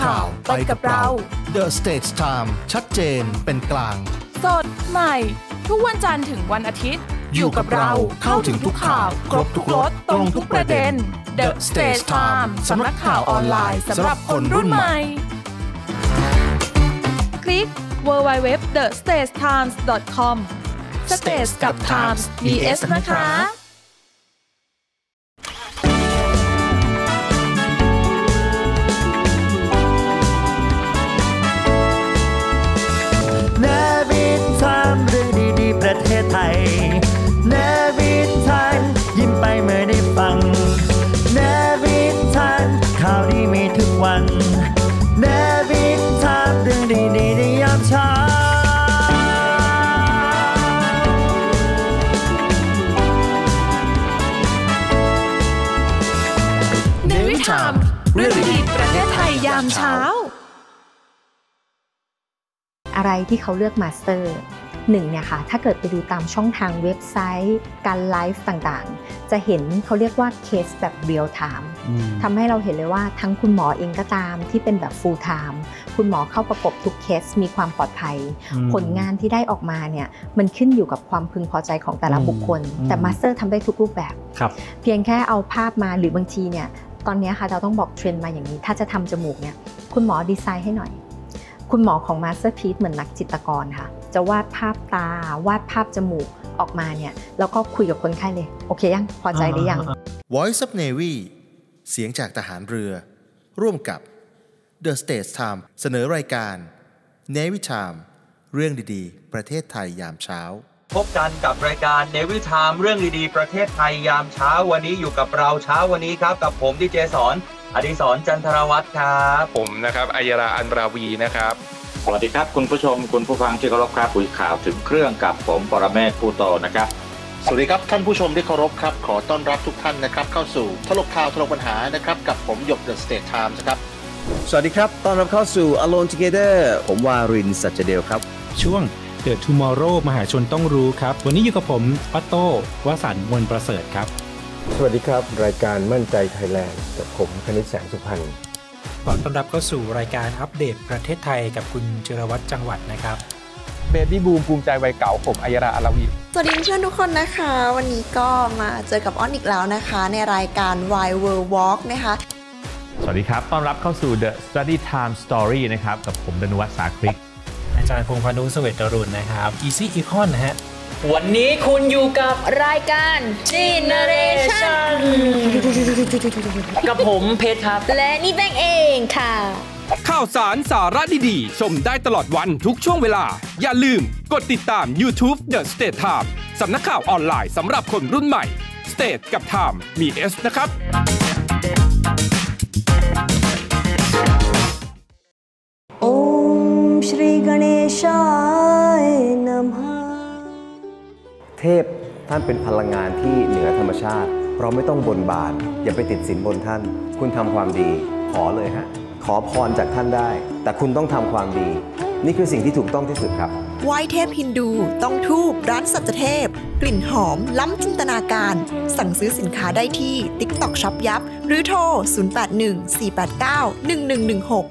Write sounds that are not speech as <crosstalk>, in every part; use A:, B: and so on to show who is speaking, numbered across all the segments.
A: ข่าวไปกับเรา
B: The Stage Time ชัดเจนเป็นกลาง
A: สดใหม่ ทุกวันจันทร์ถึงวันอาทิตย์
B: อยู่กับเราเข้าถึงทุกข่าว ครบทุกรสตรงทุกประเด็น The Stage Time สำนักข่าวออนไลน์สำหรับคนรุ่นใหม่
A: คลิก www.thestagetimes.com Stage กับ Times มี S นะคะ
C: นวิดทามเรื่องดีๆ ประเทศไทยนวิดทานยิ้มไปเมื่อได้ฟังนวิดทานข่าวดีมีทุกวันนวิดทามเรื่องดีๆในยามเช้า
A: ในวิถามเรื่องดีๆประเทศไทยยามเช้า
D: อะไรที่เขาเลือกมาสเตอร์หนึ่งเนี่ยค่ะถ้าเกิดไปดูตามช่องทางเว็บไซต์ การไลฟ์ต่างๆ จะเห็นเขาเรียกว่าเคสแบบเรียลไทม์ทำให้เราเห็นเลยว่าทั้งคุณหมอเองก็ตามที่เป็นแบบฟูลไทม์คุณหมอเข้าประกบทุกเคสมีความปลอดภัย ผลงานที่ได้ออกมาเนี่ยมันขึ้นอยู่กับความพึงพอใจของแต่ละ
C: อืม
D: บุคคล
C: อืม
D: แต่มาสเตอร์ทำได้ทุกรูปแบบ
C: ครับ
D: เพียงแค่เอาภาพมาหรือบางทีเนี่ยตอนเนี้ยค่ะเราต้องบอกเทรนด์มาอย่างนี้ ถ้าจะทำจมูกเนี่ยคุณหมอดีไซน์ให้หน่อย คุณหมอของมาสเตอร์พี e เหมือนนักจิตรกรค่ะ จะวาดภาพตา วาดภาพจมูกออกมาเนี่ยแล้วก็คุยกับคนไข้เลย โอเคยังพอใจหรือยัง
B: Voice of Navy เสียงจากทหารเรือ ร่วมกับ The Stage Time เสนอรายการ Navy Time เรื่องดีๆ ประเทศไทยยามเช้า
E: พบกันกับรายการเนวิทามเรื่องดีๆ ประเทศไทยยามเช้าวันนี้อยู่กับเราเช้าวันนี้ครับ กับผมดีเจสอนอดิสรจันทรวัตรครับ
F: ผมนะครับอัยราอันราวีนะครับ
G: สวัสดีครับ คุณผู้ชมคุณผู้ฟังที่เคารพครับคุยข่าวถึงเครื่องกับผมปรเมศผู้โตนะครับ
H: สวัสดีครับ ท่านผู้ชมที่เคารพครับ ขอต้อนรับทุกท่านนะครับ เข้าสู่ทลกข่าวทลกปัญหานะครับ กับผมหยกเดอะสเตทไทมส์ครับ
I: สวัสดีครับ ต้อนรับเข้าสู่ Alone Together ผมวารินสัจเดลครับ
J: ช่วง The Tomorrow มหาชนต้องรู้ครับ วันนี้อยู่กับผมปัตโต้วสันต์มนต์ประเสริฐครับ
K: สวัสดีครับ รายการมั่นใจไทยแลนด์กับผมคณิตแสงสุพรรณ
J: ขอต้อนรับเข้าสู่รายการอัปเดตประเทศไทยกับคุณเจรวัตรจังหวัดนะครับ
F: เบบี้บูมภูมิใจวัยเก่า ผมอัยราอันราวี
L: สวัสดีเพื่อนๆทุกคนนะคะ วันนี้ก็มาเจอกับอ้อนอีกแล้วนะคะ ในรายการ Why World Walk นะคะ
M: สวัสดีครับ ต้อนรับเข้าสู่ The Study Time Story นะครับ กับผมดนวัฒน์สาคริก
J: อาจารย์พงษ์พานุเสเวตรุณนะครับ Easy Econ นะฮะ
N: วันนี้คุณอยู่กับรายการ Generation กับผมเพชรครับ และนี่แบงเองค่ะ
O: ข่าวสารสาระดีๆ ชมได้ตลอดวันทุกช่วงเวลา อย่าลืมกดติดตาม YouTube The State Time สำนักข่าวออนไลน์สำหรับคนรุ่นใหม่ State กับ Time มี S นะครับ
P: श्री गणेशाय नमः
I: เทพท่านเป็นพลังงานที่เหนือธรรมชาติ เราไม่ต้องบนบาน อย่าไปติดสินบนท่าน คุณทำความดี ขอเลยฮะ ขอพรจากท่านได้ แต่คุณต้องทำความดี นี่คือสิ่งที่ถูกต้องที่สุดครับ
L: ไหว้เทพฮินดู ต้องทูบร้านสัจเทพ กลิ่นหอม ล้ำจินตนาการ สั่งซื้อสินค้าได้ที่ TikTok Shop ยับ หรือโทร 0814891116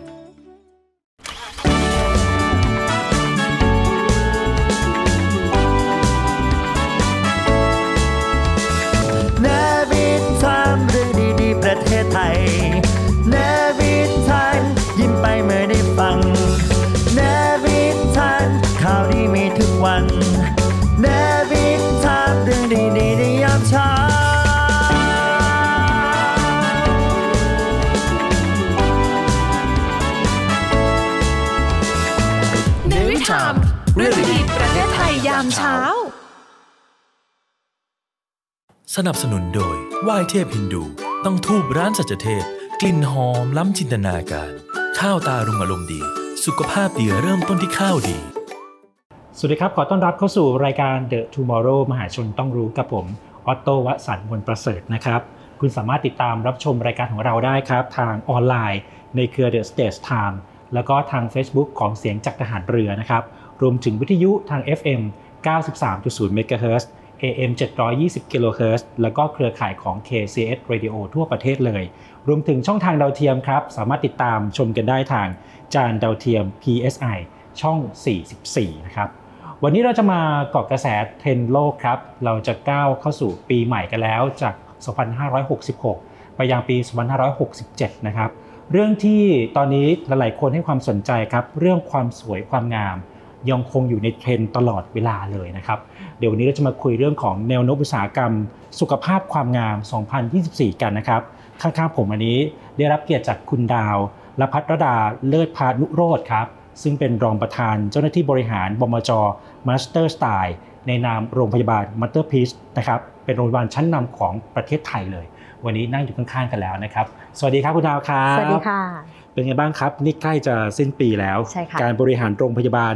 C: นวิดทามเรื่องดีๆ ประเทศไทยนวิดทานยิ้มไปเมื่อได้ฟังนวิดทานข่าวดีมีทุกวันนวิดทามเรื่องดีๆในยามเช้า
A: ในวิถามเรื่องดีๆประเทศไทยยามเช้า
Q: สนับสนุนโดยไหว้เทพฮินดู ต้องทูบร้านสัจเทพ กลิ่นหอมล้ำจินตนาการ ข้าวตารุงอารมณ์ดี สุขภาพดีเริ่มต้นที่ข้าวดี
J: สวัสดีครับ ขอต้อนรับเข้าสู่รายการ The Tomorrow มหาชนต้องรู้กับผมออตโตวสันต์มนต์ประเสริฐนะครับ คุณสามารถติดตามรับชมรายการของเราได้ครับ ทางออนไลน์ ในเครือ The Stage Time แล้วก็ทาง Facebook ของเสียงจากทหารเรือนะครับ รวมถึงวิทยุทาง FM 93.0 MHz AM 720 kHz แล้วก็เครือข่ายของ KCS Radio ทั่วประเทศเลย รวมถึงช่องทางดาวเทียมครับ สามารถติดตามชมกันได้ทางจานดาวเทียม PSI ช่อง 44 นะครับ วันนี้เราจะมาเกาะกระแสเทรนด์โลกครับ เราจะก้าวเข้าสู่ปีใหม่กันแล้วจาก 2566 ไปยังปี 2567 นะครับ เรื่องที่ตอนนี้หลายๆคนให้ความสนใจครับ เรื่องความสวยความงาม ยังคงอยู่ในเทรนด์ตลอดเวลาเลยนะครับ เดี๋ยววันนี้เราจะมาคุยเรื่องของแนวโน้มอุตสาหกรรม สุขภาพความงาม 2024 กันนะครับ ข้างๆผมวันนี้ได้รับเกียรติจากคุณดาวรพัฒรดาเลิศพานุโรธครับ ซึ่งเป็นรองประธานเจ้าหน้าที่บริหารบมจมาสเตอร์สไตล์ในนามโรงพยาบาลมัตเตอร์พีชนะครับ เป็นโรงพยาบาลชั้นนำของประเทศไทยเลย วันนี้นั่งอยู่ข้างๆกันแล้วนะครับ สวัสดีครับคุณดาวครับ
D: สวัสดีค่ะ
J: เป็นไงบ้างครับนี่ใกล้จะสิ้นปีแล้ว
D: ใช่ค่ะ
J: การบริหารโรงพยาบาล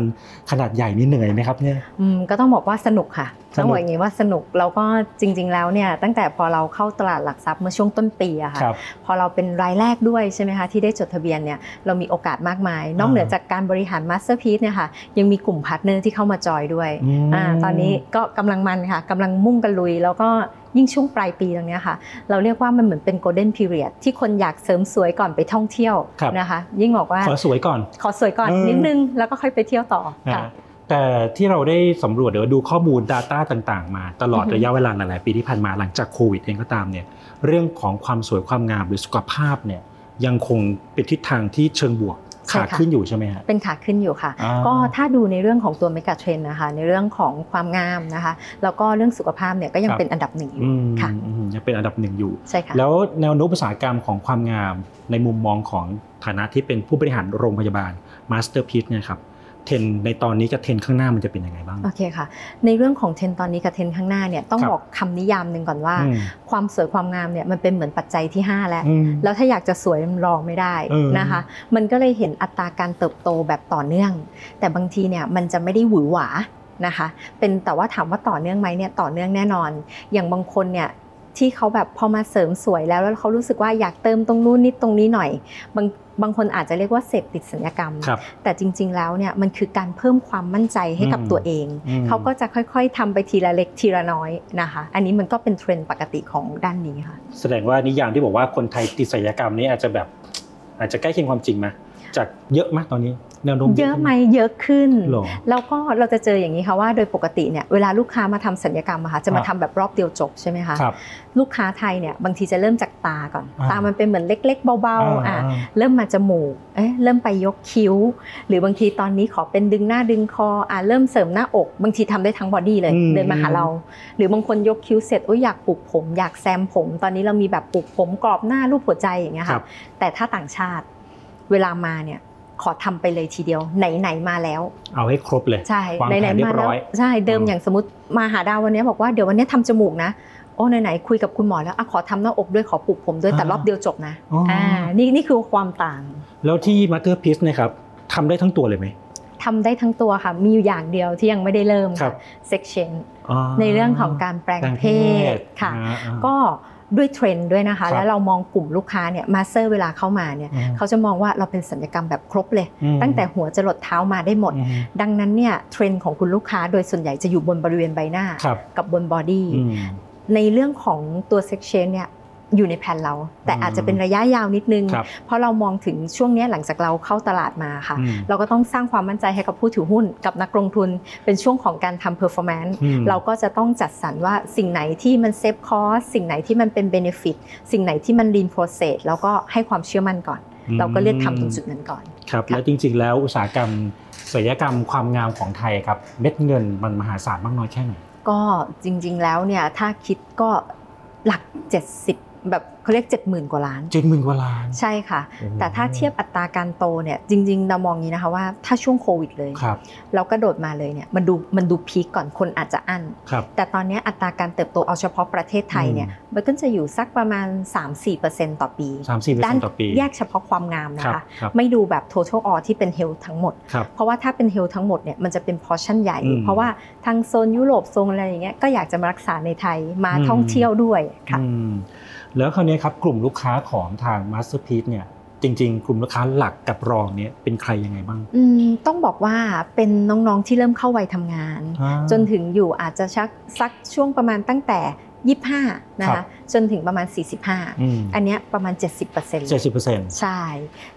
J: ขนาดใหญ่นี่เหนื่อยไหมครับเนี่ย
D: อืมก็ต้องบอกว่าสนุกค่ะ
J: สนุก
D: ต้องบอกอย่างนี้ว่าสนุกแล้วก็จริง ๆ แล้วเนี่ยตั้งแต่พอเราเข้าตลาดหลักทรัพย์เมื่อช่วงต้นปีอะค่ะ
J: ครับ
D: พอเราเป็นรายแรกด้วยใช่ไหมคะที่ได้จดทะเบียนเนี่ยเรามีโอกาสมากมาย นอกเหนือจากการบริหารมาสเตอร์พี e เนี่ยค่ะยังมีกลุ่มพาร์ทเนอร์ที่เข้ามาจอยด้วย
J: อืม
D: อาตอนนี้ก็กำลังมันค่ะกำลังมุ่งกันลุย แล้วก็ยิ่งช่วงปลายปีตรงเนี้ยค่ะ เราเรียกว่ามันเหมือนเป็นโกลเด้นพีเรียดที่คนอยากเสริมสวยก่อนไปท่องเที่ยวนะคะ ยิ่งบอกว่า
J: ขอสวยก่อน
D: ขอสวยก่อน
J: เออ
D: นิดนึงแล้วก็ค่อยไปเที่ยวต่อ
J: นะ
D: ค่ะ
J: ฮะแต่ที่เราได้สำรวจหรือว่าดูข้อมูล Data ต่างๆ มาตลอด
D: อือฮึ
J: ระยะเวลาหลายๆปีที่ผ่านมาหลังจากโควิดเองก็ตามเนี่ยเรื่องของความสวยความงามหรือสุขภาพเนี่ยยังคงเป็นทิศทางที่เชิงบวกขาขึ้นอยู่ใช่ไหมฮะ
D: เป็นขาขึ้นอยู่ค่ะ
J: อ่า
D: ก็ถ้าดูในเรื่องของตัวเมกะเทรนนะคะ ในเรื่องของความงามนะคะ แล้วก็เรื่องสุขภาพเนี่ยก็
J: ค
D: ยัง
J: รับ
D: เป็นอันดับหนึ่งอยู่
J: อืม
D: ค่ะ
J: อืมยังเป็นอันดับหนึ่งอยู่
D: ใช่ค่ะ
J: แล้วแนวโน้มอุตสาหกรรมของความงามในมุมมองของฐานะที่เป็นผู้บริหารโรงพยาบาลมาสเตอร์พี e เนี่ยครับเทรนในตอนนี้กับเทรนข้างหน้ามันจะเป็นยังไงบ้าง
D: โอเคค่ะ ในเรื่องของเทรนด์ตอนนี้กับเทรนด์ข้างหน้าเนี่ยต้อง
J: ครับ
D: บอกคำนิยามหนึ่งก่อนว่า
J: อืม
D: ความสวยความงามเนี่ยมันเป็นเหมือนปัจจัยที่ 5 แล้ว
J: อืม
D: แล้วถ้าอยากจะสวยมันรองไม่ได้
J: เออ
D: นะคะ มันก็เลยเห็นอัตราการเติบโตแบบต่อเนื่อง แต่บางทีเนี่ยมันจะไม่ได้หวือหวานะคะ เป็นแต่ว่าถามว่าต่อเนื่องไหมเนี่ยต่อเนื่องแน่นอน อย่างบางคนเนี่ยที่เขาแบบพอมาเสริมสวยแล้วแล้วเขารู้สึกว่าอยากเติมตรงนู้นนิดตรงนี้หน่อย บางบางคนอาจจะเรียกว่าเสพติดสัญญกรรม
J: ครับ
D: แต่จริง ๆ แล้วเนี่ยมันคือการเพิ่มความมั่นใจให้กับ
J: อืม
D: ตัวเอง
J: อืม
D: เขาก็จะค่อยๆทำไปทีละเล็กทีละน้อยนะคะ อันนี้มันก็เป็นเทรนด์ปกติของด้านนี้ค่ะ
J: แสดงว่านิยามที่บอกว่าคนไทยติดศัลยกรรมนี่อาจจะแบบ อาจจะใกล้เคียงความจริงไหมจากเยอะมากตอนนี้แนวโน้ม
D: เยอะไหมเยอะขึ้น
J: หรอ
D: แล้วก็เราจะเจออย่างนี้ค่ะว่าโดยปกติเนี่ยเวลาลูกค้ามาทำสัญญกรรมอะค่ะจะมา
J: ครับ
D: ทำแบบรอบเดียวจบใช่ไหมคะ
J: ครับ
D: ลูกค้าไทยเนี่ยบางทีจะเริ่มจากตาก่อน
J: อ่า
D: ตามันเป็นเหมือนเล็กๆ เบาๆ
J: อ่าอ่า
D: อ่ะเริ่มมาจมูกเอ๊ะเริ่มไปยกคิ้ว หรือบางทีตอนนี้ขอเป็นดึงหน้าดึงคออ่ะเริ่มเสริมหน้าอก บางทีทำได้ทั้งบอดี้เลย
R: อืม
D: เดินมาหาเรา หรือบางคนยกคิ้วเสร็จโอ้ยอยากปลูกผม อยากแซมผม ตอนนี้เรามีแบบปลูกผมกรอบหน้ารูปหัวใจอย่างเงี้ย
J: ครั
D: ค่ะ
J: บ
D: แต่ถ้าต่างชาติเวลามาเนี่ยขอทำไปเลยทีเดียวไหนๆมาแล้ว
J: เอาให้ครบเลย
D: ใช่
J: วางแผนเรียบร้อย
D: ใช่เดิมอย่างสมมติมาหาดาววันนี้บอกว่าเดี๋ยววันนี้ทำจมูกนะ โอ้ไหนๆคุยกับคุณหมอแล้วอะขอทำหน้าอกด้วยขอปลูกผมด้วยแต่
J: อ่าร
D: อบเดียวจบนะ
J: อ๋ออ่
D: ่านี่นี่คือความต่าง
J: แล้วที่มาเตอร์พีซนะครับทำได้ทั้งตัวเลยไหม
D: ทำได้ทั้งตัวค่ะ มีอยู่อย่างเดียวที่ยังไม่ได้เริ่ม
J: ครั
D: ค่ะ
J: บ
D: section
J: อ่า
D: ในเรื่องของการแปลงเพศค่ะ
J: อ่าอ่า
D: ก็ด้วยเทรนด์ด้วยนะ
J: ครั
D: คะ
J: บ
D: แล้วเรามองกลุ่มลูกค้าเนี่ยมาเซอร์เวลาเข้ามาเนี่ย
J: อืม
D: เขาจะมองว่าเราเป็นสัญญกรรมแบบครบเลย
J: อืม
D: ตั้งแต่หัวจรดเท้ามาได้หมด
J: อืม
D: ดังนั้นเนี่ยเทรนด์ของคุณลูกค้าโดยส่วนใหญ่จะอยู่บนบริเวณใบหน้า
J: ครับ
D: กับบนบอดี้
J: อืม
D: ในเรื่องของตัวเซ็กช n นเนี่ยอยู่ในแผนเรา แต่
J: อืม
D: อาจจะเป็นระยะยาวนิดนึง
J: ครับ
D: เพราะเรามองถึงช่วงเนี้ยหลังจากเราเข้าตลาดมาค่ะ
J: อืม
D: เราก็ต้องสร้างความมั่นใจให้กับผู้ถือหุ้น กับนักลงทุนเป็นช่วงของการทำเพอร์ฟอร์แมนซ์
J: อืม
D: เราก็จะต้องจัดสรรว่าสิ่งไหนที่มันเซฟคอสสิ่งไหนที่มันเป็นเบเนฟิตสิ่งไหนที่มันลีนโปรเซสแล้วก็ให้ความเชื่อมั่นก่อน เราก็เลือกทำตรงจุดนั้นก่อน
J: ครับแล้วจริงๆ แล้วอุตสาหกรรมศัลยกรรมความงามของไทยครับเม็ดเงินมันมหาศาลมากน้อยแค่ไหน
D: ก็จริงๆแล้วเนี่ยถ้าคิดก็หลัก 70 แบบเขาเรียก 70,000 กว่าล้าน
J: เจ็ดหมื่นกว่าล้าน
D: ใช่ค่ะ
J: โอ้โห
D: แต่ถ้าเทียบอัตราการโตเนี่ยจริงๆเรามองอย่างนี้นะคะว่าถ้าช่วงโควิดเลย
J: ครับ
D: เรากระโดดมาเลยเนี่ยมันดูมันดูพีคก่อนคนอาจจะอั้น
J: ครับ
D: แต่ตอนเนี้ยอัตราการเติบโตเอาเฉพาะประเทศไทยเนี่ยมันก็จะอยู่สักประมาณ 3-4%ต่อปี
J: 3-4%
D: ด้าน
J: ต่อปี
D: แยกเฉพาะความงามนะ
J: ครั
D: คะ
J: บครับ
D: ไม่ดูแบบ total all ที่เป็น health ทั้งหมด
J: ครับ
D: เพราะว่าถ้าเป็นเฮลทั้งหมดเนี่ยมันจะเป็นพอชั่นใหญ่
J: อืม
D: เพราะว่าทางโซนยุโรปโซนอะไรอย่างเงี้ยก็อยากจะมารักษาในไทยมา
J: อืม
D: ท่องเที่ยวด้วย
J: อืมแล้วคราวนี้ครับกลุ่มลูกค้าของทาง Masterpiece เนี่ย จริง ๆ กลุ่มลูกค้าหลักกับรองเนี่ยเป็นใครยังไงบ้าง
D: อืมต้องบอกว่าเป็นน้องๆที่เริ่มเข้าวัยทำงาน
J: อ่า
D: จนถึงอยู่อาจจะชักสักช่วงประมาณตั้งแต่ 25 นะ
J: ครั
D: คะ
J: บ
D: จนถึงประมาณ
J: อืม
D: 45 อันเนี้ยประมาณ 70%
J: 70%
D: ใช่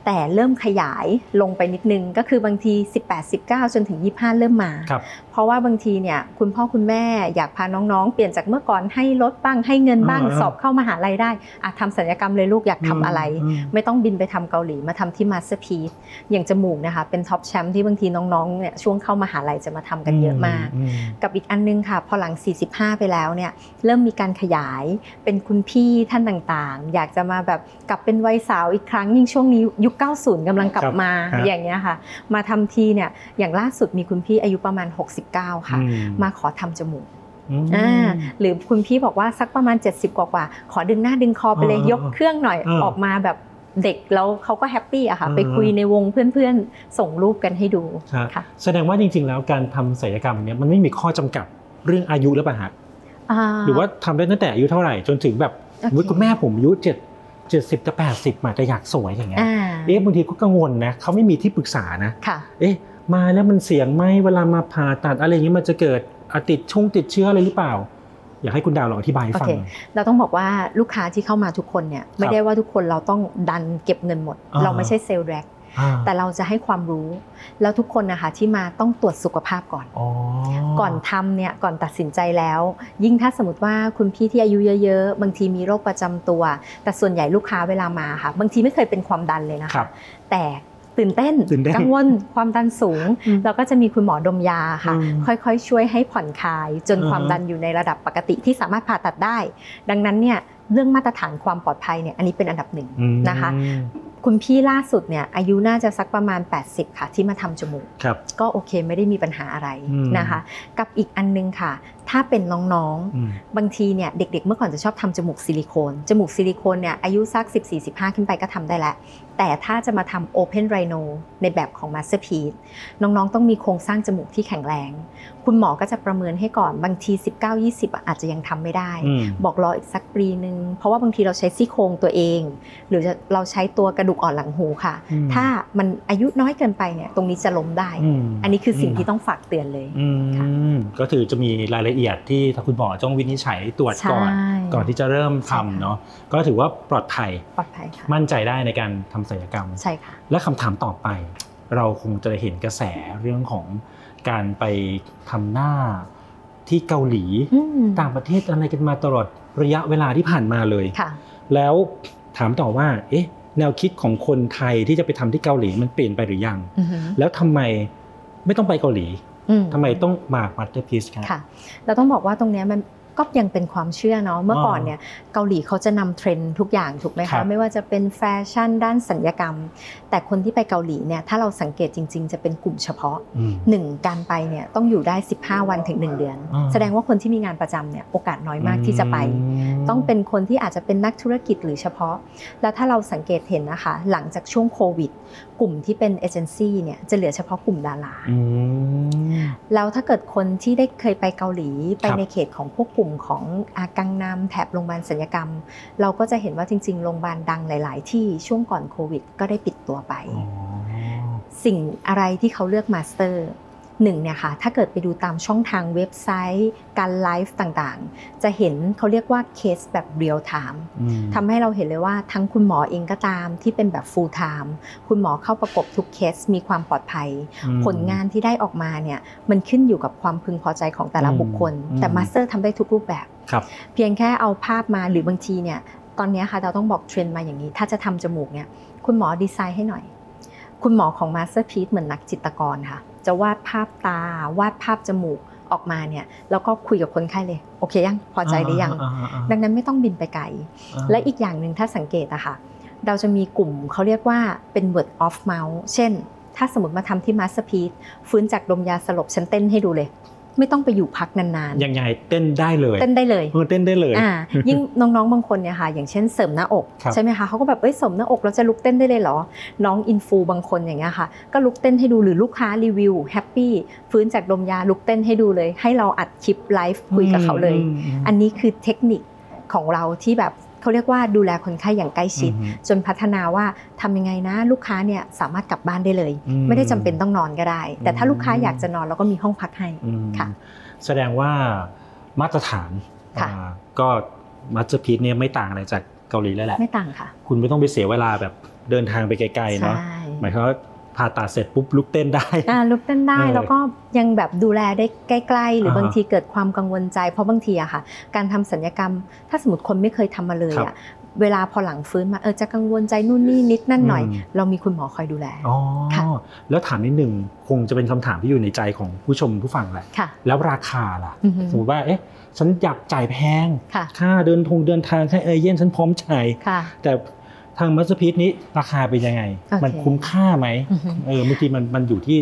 D: แต่เริ่มขยายลงไปนิดนึงก็คือบางที 18 19 จนถึง 25 เริ่มมา
J: ครับ
D: เพราะว่าบางทีเนี่ยคุณพ่อคุณแม่อยากพาน้องๆ เปลี่ยนจากเมื่อก่อนให้ลดบ้างให้เงินบ้าง
J: อ่า
D: สอบเข้ามหาลัยได้อะทำศัลยกรรมเลยลูกอยากทำ
J: อืม
D: อะไร
J: อืม
D: ไม่ต้องบินไปทำเกาหลีมาทำที่มาสเตอร์พีอย่างจมูกนะคะเป็นท็อปแชมป์ที่บางทีน้องๆเนี่ยช่วงเข้ามหาลัยจะมาทำกันเยอะมาก กับอีกอันนึงค่ะพอหลัง 45 ไปแล้วเนี่ยเริ่มมีการขยายเป็นคุณพี่ท่านต่างๆ อยากจะมาแบบกลับเป็นวัยสาวอีกครั้งยิ่งช่วงนี้ยุค 90กำลังกลั
J: ครับ บ
D: มา
J: ฮะ
D: อย่างเงี้ยค่ะ มาทำทีเนี่ยอย่างล่าสุดมีคุณพี่อายุประมาณ 69 ค่ะ
J: อืม
D: มาขอทำจมูก
J: อืม
D: อ่าหรือคุณพี่บอกว่าสักประมาณ 70 กว่าๆขอดึงหน้าดึงคอไปเลย
J: อ่าย
D: กเครื่องหน่อย
J: อ่า
D: ออกมาแบบเด็กแล้วเขาก็แฮปปี้อะค่ะ
J: อ่า
D: ไปคุยในวงเพื่อนๆ ส่งรูปกันให้ดู
J: ฮะแสดงว่าจริง ๆ แล้วการทำศัลยกรรมเนี่ยมันไม่มีข้อจำกัดเรื่องอายุหรือเปล่าฮะหรือว่าทำได้ตั้งแต่อายุเท่าไหร่จนถึงแบบ
D: โอเค
J: อุ๊ยคุณแม่ผมอายุเจ็ดเจ็ดสิบจะแปดสิบมาแต่อยากสวยอย่างเงี้ย
D: อ่า
J: เอ๊ะบางทีก็กังวลนะเขาไม่มีที่ปรึกษานะ
D: ค่ะ
J: เอ๊ะมาแล้วมันเสี่ยงไหมเวลามาผ่าตัดอะไรอย่างนี้มันจะเกิดอะติดชงติดเชื้ออะไรหรือเปล่า อยากให้คุณดาวลองอธิบายให้ฟัง
D: โอเค เราต้องบอกว่าลูกค้าที่เข้ามาทุกคนเนี่ยไม่ได้ว่าทุกคนเราต้องดันเก็บเงินหมด
J: อ่า
D: เราไม่ใช่เซลล์แรก
J: อ่า
D: แต่เราจะให้ความรู้ แล้วทุกคนนะคะที่มาต้องตรวจสุขภาพก่อน
J: อ๋อ
D: ก่อนทำเนี่ยก่อนตัดสินใจแล้ว ยิ่งถ้าสมมติว่าคุณพี่ที่อายุเยอะๆ บางทีมีโรคประจำตัว แต่ส่วนใหญ่ลูกค้าเวลามาค่ะ บางทีไม่เคยเป็นความดันเลยนะ
J: ครั
D: คะ
J: บ
D: แต่ตื่นเต้น
J: ตื่นเต้น
D: กังวลความดันสูง เราก็จะมีคุณหมอดมยาค่ะ
J: อืม
D: ค่อยๆ ช่วยให้ผ่อนคลาย จน
J: อ่าฮะ
D: ความดันอยู่ในระดับปกติที่สามารถผ่าตัดได้ ดังนั้นเนี่ยเรื่องมาตรฐานความปลอดภัยเนี่ยอันนี้เป็นอันดับหนึ่ง
J: อืม
D: นะคะ คุณพี่ล่าสุดเนี่ยอายุน่าจะสักประมาณ 80 ค่ะที่มาทำจมูก
J: ครับ
D: ก็โอเคไม่ได้มีปัญหาอะไร
J: อืม
D: นะคะ กับอีกอันนึงค่ะ ถ้าเป็นน้อง
J: อืม
D: ๆ บางทีเนี่ยเด็กๆ เมื่อก่อนจะชอบทำจมูกซิลิโคนจมูกซิลิโคนเนี่ยอายุสัก 14 15 ขึ้นไปก็ทำได้แล้ว แต่ถ้าจะมาทำโอเพนไรโนในแบบของมาสเตอร์พีน้องๆ ต้องมีโครงสร้างจมูกที่แข็งแรง คุณหมอก็จะประเมินให้ก่อนบางที 19 20อ่ะอาจจะยังทำไม่ได้
J: อืม
D: บอกรออีกสักปีนึง เพราะว่าบางทีเราใช้ซี่โครงตัวเอง หรือจะเราใช้ตัวกระดูกอ่อนหลังหูค่ะ
J: อืม
D: ถ้ามันอายุน้อยเกินไปเนี่ยตรงนี้จะล้มได้
J: ม
D: อันนี้คือสิ่งที่ต้องฝากเตือนเลย
J: อืมก็คือจะมีรายละเอียดที่ทางคุณหมอต้องวินิจฉัยตรวจก่อน
D: ใช่
J: ก่อนที่จะเริ่มทำเนาะก็ถือว่าปลอดภัย
D: ปลอดภัยค่ะ
J: มั่นใจได้ในการทำศัลยกรรม
D: ใช่ค่ะ
J: และคำถามต่อไป เราคงจะเห็นกระแสเรื่องของการไปทำหน้าที่เกาหลี
D: อืม
J: ต่างประเทศอะไรกันมาตลอดระยะเวลาที่ผ่านมาเลย
D: ค่ะ
J: แล้วถามต่อว่า เอ๊ะ แนวคิดของคนไทยที่จะไปทำที่เกาหลีมันเปลี่ยนไปหรือยัง
D: อือหือ
J: แล้วทำไมไม่ต้องไปเกาหลี
D: อืม
J: ทำไมต้องมามาสเตอร์พีซครับ
D: ค่ะ เราต้องบอกว่าตรงเนี้ยมันก็ยังเป็นความเชื่อเนาะ เมื่อก่อน
J: อ่า
D: เนี่ยเกาหลีเขาจะนำเทรนด์ทุกอย่างถูกไหม
J: ครั
D: คะ
J: บ
D: ไม่ว่าจะเป็นแฟชั่นด้านสัญญกรรม แต่คนที่ไปเกาหลีเนี่ย ถ้าเราสังเกตจริง ๆ จะเป็นกลุ่มเฉพาะ
J: อืม
D: หนึ่งการไปเนี่ยต้องอยู่ได้ 15 วันถึง 1 เดือน
J: อ่า
D: แสดงว่าคนที่มีงานประจำเนี่ยโอกาสน้อยมาก
J: อืม
D: ที่จะไป ต้องเป็นคนที่อาจจะเป็นนักธุรกิจหรือเฉพาะ แล้วถ้าเราสังเกตเห็นนะคะ หลังจากช่วงโควิด กลุ่มที่เป็นเอเจนซี่เนี่ยจะเหลือเฉพาะกลุ่มดารา แล้วถ้าเกิดคนที่ได้เคยไปเกาหลี ไปในเขตของพวกกลุ่มของอากังนามแถบโรงพยาบาลศัลยกรรม เราก็จะเห็นว่าจริง ๆ โรงพยาบาลดังหลาย ๆ ที่ช่วงก่อนโควิด ก็ได้ปิดตัวไป สิ่งอะไรที่เขาเลือกมาสเตอร์หนึ่งเนี่ยค่ะถ้าเกิดไปดูตามช่องทางเว็บไซต์ การไลฟ์ต่างๆ จะเห็นเขาเรียกว่าเคสแบบเรียลไทม์
J: อืม
D: ทำให้เราเห็นเลยว่าทั้งคุณหมอเองก็ตามที่เป็นแบบฟูลไทม์คุณหมอเข้าประกบทุกเคสมีความปลอดภัย
J: อืม
D: ผลงานที่ได้ออกมาเนี่ยมันขึ้นอยู่กับความพึงพอใจของแต่ละ
J: อืม
D: บุคคล
J: อืม
D: แต่มาสเตอร์ทำได้ทุกรูปแบบ
J: ครับ
D: เพียงแค่เอาภาพมาหรือบางทีเนี่ยตอนเนี้ยค่ะเราต้องบอกเทรนด์มาอย่างนี้ ถ้าจะทำจมูกเนี่ยคุณหมอดีไซน์ให้หน่อย คุณหมอของ Masterpiece เหมือนนักจิตรกรค่ะ จะวาดภาพตาวาดภาพจมูกออกมาเนี่ยแล้วก็คุยกับคนไข้เลย โอเคยังพอใจหรือยัง
J: อ่าอ่าอ่าอ่า
D: ดังนั้นไม่ต้องบินไปไกล
J: อ่า
D: และอีกอย่างหนึ่งถ้าสังเกตอะค่ะ เราจะมีกลุ่มเขาเรียกว่าเป็น word of mouth เช่น ถ้าสมมติมาทำที่ Masterpiece ฟื้นจากดมยาสลบฉันเต้นให้ดูเลย ไม่ต้องไปอยู่พักนานๆ
J: ยังไงเต้นได้เลย
D: เต้นได้เลย
J: ออเต้นได้เลย
D: อ่ายิ่งน้องๆบางคนเนี่ยค่ะอย่างเช่นเสริมหน้าอก
J: ครับ
D: ใช่ไหมคะเขาก็แบบเอ้ยเสริมหน้าอกเราจะลุกเต้นได้เลยเหรอ น้องอินฟูบางคนอย่างเงี้ยค่ะ ก็ลุกเต้นให้ดูหรือลูกค้ารีวิวแฮปปี้ฟื้นจากดมยาลุกเต้นให้ดูเลย ให้เราอัดคลิปไลฟ์คุยกับเขาเลย
J: อืมอืม
D: อันนี้คือเทคนิคของเราที่แบบ เขาเรียกว่าดูแลคนไข้อย่างใกล้ชิด
J: อือฮึ
D: จนพัฒนาว่าทำยังไงนะ ลูกค้าเนี่ยสามารถกลับบ้านได้เลย
J: อืม
D: ไม่ได้จำเป็นต้องนอนก็ได้ แต่ถ้า
J: อืม
D: ลูกค้าอยากจะนอนเราก็มีห้องพักให้
J: อืม
D: ค่ะ
J: แสดงว่ามาตรฐาน
D: ค่ะ
J: อ่าก็มาสเตอร์พีซเนี่ยไม่ต่างอะไรจากเกาหลีแล้วแหละ
D: ไม่ต่างค่ะ
J: คุณไม่ต้องไปเสียเวลาแบบเดินทางไปไกลๆเนาะ
D: ใช่
J: หมายความว่าผ่าตัดเสร็จปุ๊บลุกเต้นได้
D: อ่าลุกเต้นได้
J: เออ
D: แล้วก็ยังแบบดูแลได้ใกล้ ๆ หรือ
J: อ่าฮะ
D: บางทีเกิดความกังวลใจ เพราะบางทีอะค่ะ การทำศัลยกรรม ถ้าสมมติคนไม่เคยทำมาเลย
J: ครั
D: อะ
J: บ
D: เวลาพอหลังฟื้นมาเออจะกังวลใจนู่นนี่นิดนั่นหน่อย
J: อืม
D: เรามีคุณหมอคอยดูแล
J: อ๋อแล้วถามนิดหนึ่งคงจะเป็นคำถามที่อยู่ในใจของผู้ชมผู้ฟังแหละ
D: ค่ะ
J: แล้วราคาล่ะ
D: อือฮึ
J: สมมติว่าเอ๊ะฉันอยากจ่ายแพง
D: ค่ะ
J: ค่าเดินทงเดินทางค่าเอเย่นฉันพร้อมจ่าย
D: ค่ะ
J: แต่ทางมัสพีดนี้ราคาเป็นยังไง
D: โอเค
J: มันคุ้มค่าไหม
D: อือฮึ
J: เออบางทีมันมันอยู่ที่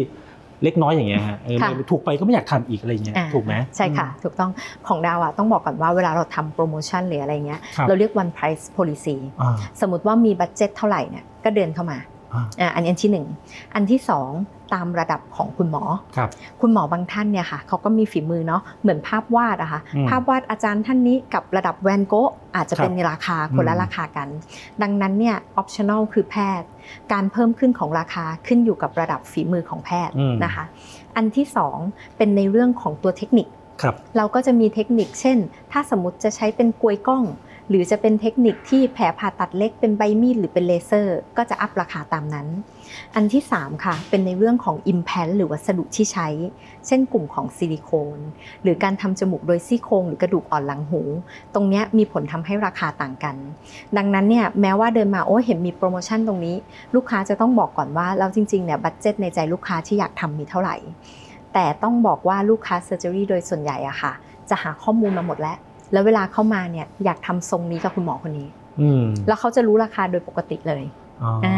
J: เล็กน้อยอย่างเงี้ยฮะเออ
D: ค่ะ
J: มันถูกไปก็ไม่อยากทำอีกอะไรเงี้ย
D: อ่า
J: ถูกไหม
D: ใช่ค่ะ ถูกต้องของดาวอะต้องบอกก่อนว่าเวลาเราทำโปรโมชั่นหรืออะไรเงี้ย
J: ครับ
D: เราเรียก one price policy
J: อ่า
D: สมมติว่ามีบัตเจ็ตเท่าไหร่เนี่ยก็เดินเข้ามา
J: อ่า
D: อ่าอันนี้อันที่หนึ่งอันที่สองตามระดับของคุณหมอ
J: ครับ
D: คุณหมอบางท่านเนี่ยค่ะเขาก็มีฝีมือเนาะเหมือนภาพวาดอะค่ะ
J: อืม
D: ภาพวาดอาจารย์ท่านนี้กับระดับแวนโกะอาจจะเป็
J: ค
D: น
J: รับ
D: ในราคาคนละ
J: อืม
D: ราคากัน ดังนั้นเนี่ยออปชั่นอลคือแพทย์ การเพิ่มขึ้นของราคาขึ้นอยู่กับระดับฝีมือของแพทย์
J: อืม
D: นะคะ อันที่สองเป็นในเรื่องของตัวเทคนิค
J: ครับ
D: เราก็จะมีเทคนิคเช่น ถ้าสมมติจะใช้เป็นกลวยกล้อง หรือจะเป็นเทคนิคที่แผลผ่าตัดเล็กเป็นใบมีดหรือเป็นเลเซอร์ ก็จะอัพราคาตามนั้น อันที่ 3 ค่ะ เป็นในเรื่องของ implant หรือวัสดุที่ใช้ เช่นกลุ่มของซิลิโคน หรือการทำจมูกโดยซี่โครงหรือกระดูกอ่อนหลังหู ตรงเนี้ยมีผลทำให้ราคาต่างกัน ดังนั้นเนี่ยแม้ว่าเดินมาโอ้เห็นมีโปรโมชั่นตรงนี้ ลูกค้าจะต้องบอกก่อนว่าเราจริงๆเนี่ยบัตเจ็ตในใจลูกค้าที่อยากทำมีเท่าไหร่ แต่ต้องบอกว่าลูกค้าเซอร์เจอรี่โดยส่วนใหญ่อะค่ะ จะหาข้อมูลมาหมดแล้ว แล้วเวลาเข้ามาเนี่ยอยากทำทรงนี้กับคุณหมอคนนี้
J: อืม
D: แล้วเขาจะรู้ราคาโดยปกติเลย
J: อ๋อ
D: อ่า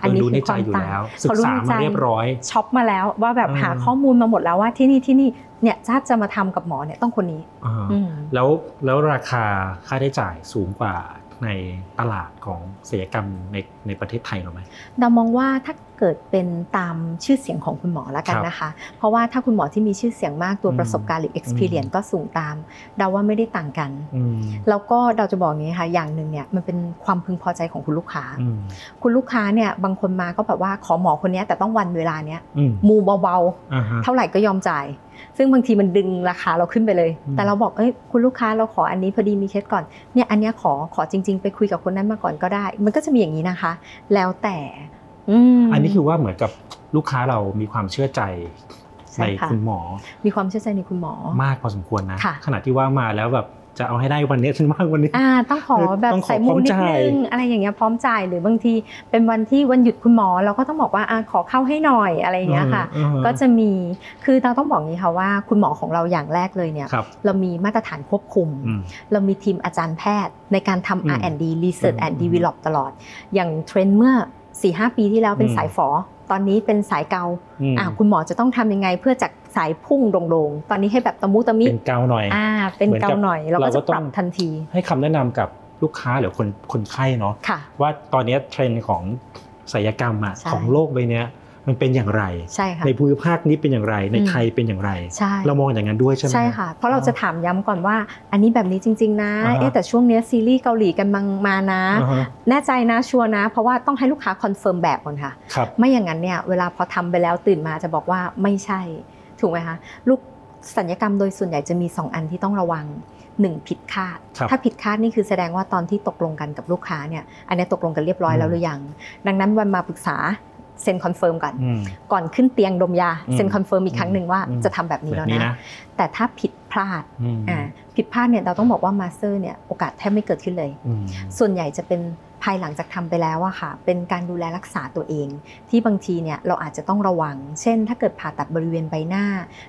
D: อั
J: ั
D: นนี้
J: รู้ใน
D: คือ
J: ใจ
D: ความ
J: อยู่
D: ต่าง
J: แล้ว ศึ
D: เขา
J: ก
D: รู้
J: ษา
D: ใน
J: มา
D: ใจ
J: เรียบร้อย
D: ช็อปมาแล้วว่าแบบ
J: อืม
D: หาข้อมูลมาหมดแล้วว่าที่นี่ที่นี่เนี่ยถ้าจะมาทำกับหมอเนี่ยต้องคนนี้
J: อ่า
D: อืม
J: แล้วแล้วราคาค่าใช้จ่ายสูงกว่าในตลาดของศัลยกรรมในในประเทศไทยหรือไหม
D: เรามองว่าถ้าเกิดเป็นตามชื่อเสียงของคุณหมอแล้วกัน
J: ครับ
D: นะคะ เพราะว่าถ้าคุณหมอที่มีชื่อเสียงมากตัว
J: อืม
D: ประสบการณ์หรือ experience ก็สูงตามเดาว่าไม่ได้ต่างกัน
J: อืม
D: แล้วก็เราจะบอกอย่างนี้ค่ะอย่างหนึ่งเนี่ยมันเป็นความพึงพอใจของคุณลูกค้า
J: อืม
D: คุณลูกค้าเนี่ยบางคนมาก็แบบว่าขอหมอคนเนี้ยแต่ต้องวันเวลาเนี้ย
J: อืม
D: มูเบา
J: อ่าฮะ
D: ๆ เท่าไหร่ก็ยอมจ่าย ซึ่งบางทีมันดึงราคาเราขึ้นไปเลย
J: อืม
D: แต่เราบอกเอ้ยคุณลูกค้าเราขออันนี้พอดีมีเคสก่อนเนี่ยอันเนี้ยขอขอจริง ๆ ไปคุยกับคนนั้นมาก่อนก็ได้ มันก็จะมีอย่างนี้นะคะ แล้วแต่อืม
J: อันนี้คือว่าเหมือนกับลูกค้าเรามีความเชื่อใจ
D: ใช่
J: ใน
D: ค่ะ
J: คุณหมอ
D: มีความเชื่อใจในคุณหมอ
J: มากพอสมควรนะ
D: ค่ะ
J: ขณะที่ว่ามาแล้วแบบจะเอาให้ได้วันนี้ฉัน <laughs> ว่างวันนี้
D: อ่าต้องขอ
J: เออ
D: แบบ
J: ต้องขอ
D: ใส่มู
J: พร้อม
D: นิด
J: จ่าย
D: นึงอะไรอย่างเงี้ยพร้อมจ่ายหรือบางทีเป็นวันที่วันหยุดคุณหมอเราก็ต้องบอกว่าอ่าขอเข้าให้หน่อยอะไรอย่างเงี้ยค่ะ
J: อืมอืม
D: ก็จะมีคือเราต้องบอกอย่างนี้ค่ะว่าคุณหมอของเราอย่างแรกเลยเนี่ย
J: ครับ
D: เรามีมาตรฐานควบคุม
J: อืม
D: เรามีทีมอาจารย์แพทย์ในการ
J: อืม
D: ทำ R&D Research
J: อืม
D: and Develop ตลอด อย่างเทรนด์เมื่อ 4-5 ปีที่แล้วเป็น
J: อืม
D: สายฝอ ตอนนี้เป็นสายเกา
J: อืม
D: อ่าคุณหมอจะต้องทำยังไงเพื่อจากสายพุ่งโด่งๆ ตอนนี้ให้แบบตะมุตะมิ
J: เป็นเกาหน่อย
D: อ่าเป็น
J: มืบ
D: เกาหน่อยเราก็จะปรับ
J: ต้อง
D: ทันที
J: ให้คำแนะนำกับลูกค้าหรือคนคนไข้เนาะ
D: ค่ะ
J: ว่าตอนนี้เทรนด์ของศัลยกรรมอะ
D: ใช่
J: ของโลกใบเนี้ยมันเป็นอย่างไร
D: ใช่ค่ะ
J: ในภูมิภาคนี้เป็นอย่างไร ใน
D: อืม
J: ไทยเป็นอย่างไร
D: ใช่
J: เรามองอย่างนั้นด้วยใช่ไหม
D: ใช่ค่ะ เพราะเราจะถามย้ำก่อนว่า อันนี้แบบนี้จริง ๆ นะ
J: อ่าฮะ
D: เอ๊ะแต่ช่วงเนี้ยซีรีส์เกาหลีกันมังมานะ
J: อ่าฮะ
D: แน่ใจนะชัวร์นะ เพราะว่าต้องให้ลูกค้าคอนเฟิร์มแบบก่อนค่ะ
J: ครับ
D: ไม่อย่างนั้นเนี่ยเวลาพอทำไปแล้วตื่นมาจะบอกว่าไม่ใช่ ถูกไหมคะลูกสัญญกรรมโดยส่วนใหญ่จะมี 2 อันที่ต้องระวัง 1 ผิดคาด
J: ครับ
D: ถ้าผิดคาดนี่คือแสดงว่าตอนที่ตกลงกันกับลูกค้าเนี่ยอันเนี้ยตกลงกันเรียบร้อยแล้วหรือยัง ดังนั้นวันมาปรึกษาเซ็นคอนเฟิร์มก่อน
J: อืม
D: ก่อนขึ้นเตียงดมยา
J: อืม
D: เซ็นคอนเฟิร์มอีกครั้งหนึ่งว่า
J: อืม
D: จะทำแบบนี้
J: แบ
D: แล้
J: บ
D: ว
J: นี้
D: นะ
J: นะ
D: แต่ถ้าผิดพลาด
J: อืม
D: อ่าผิดพลาดเนี่ยเราต้องบอกว่ามาสเตอร์เนี่ยโอกาสแทบไม่เกิดขึ้นเลย
J: อืม
D: ส่วนใหญ่จะเป็นภายหลังจากทำไปแล้วอะค่ะ เป็นการดูแลรักษาตัวเอง ที่บางทีเนี่ยเราอาจจะต้องระวัง เช่น ถ้าเกิดผ่าตัดบริเวณใบหน้า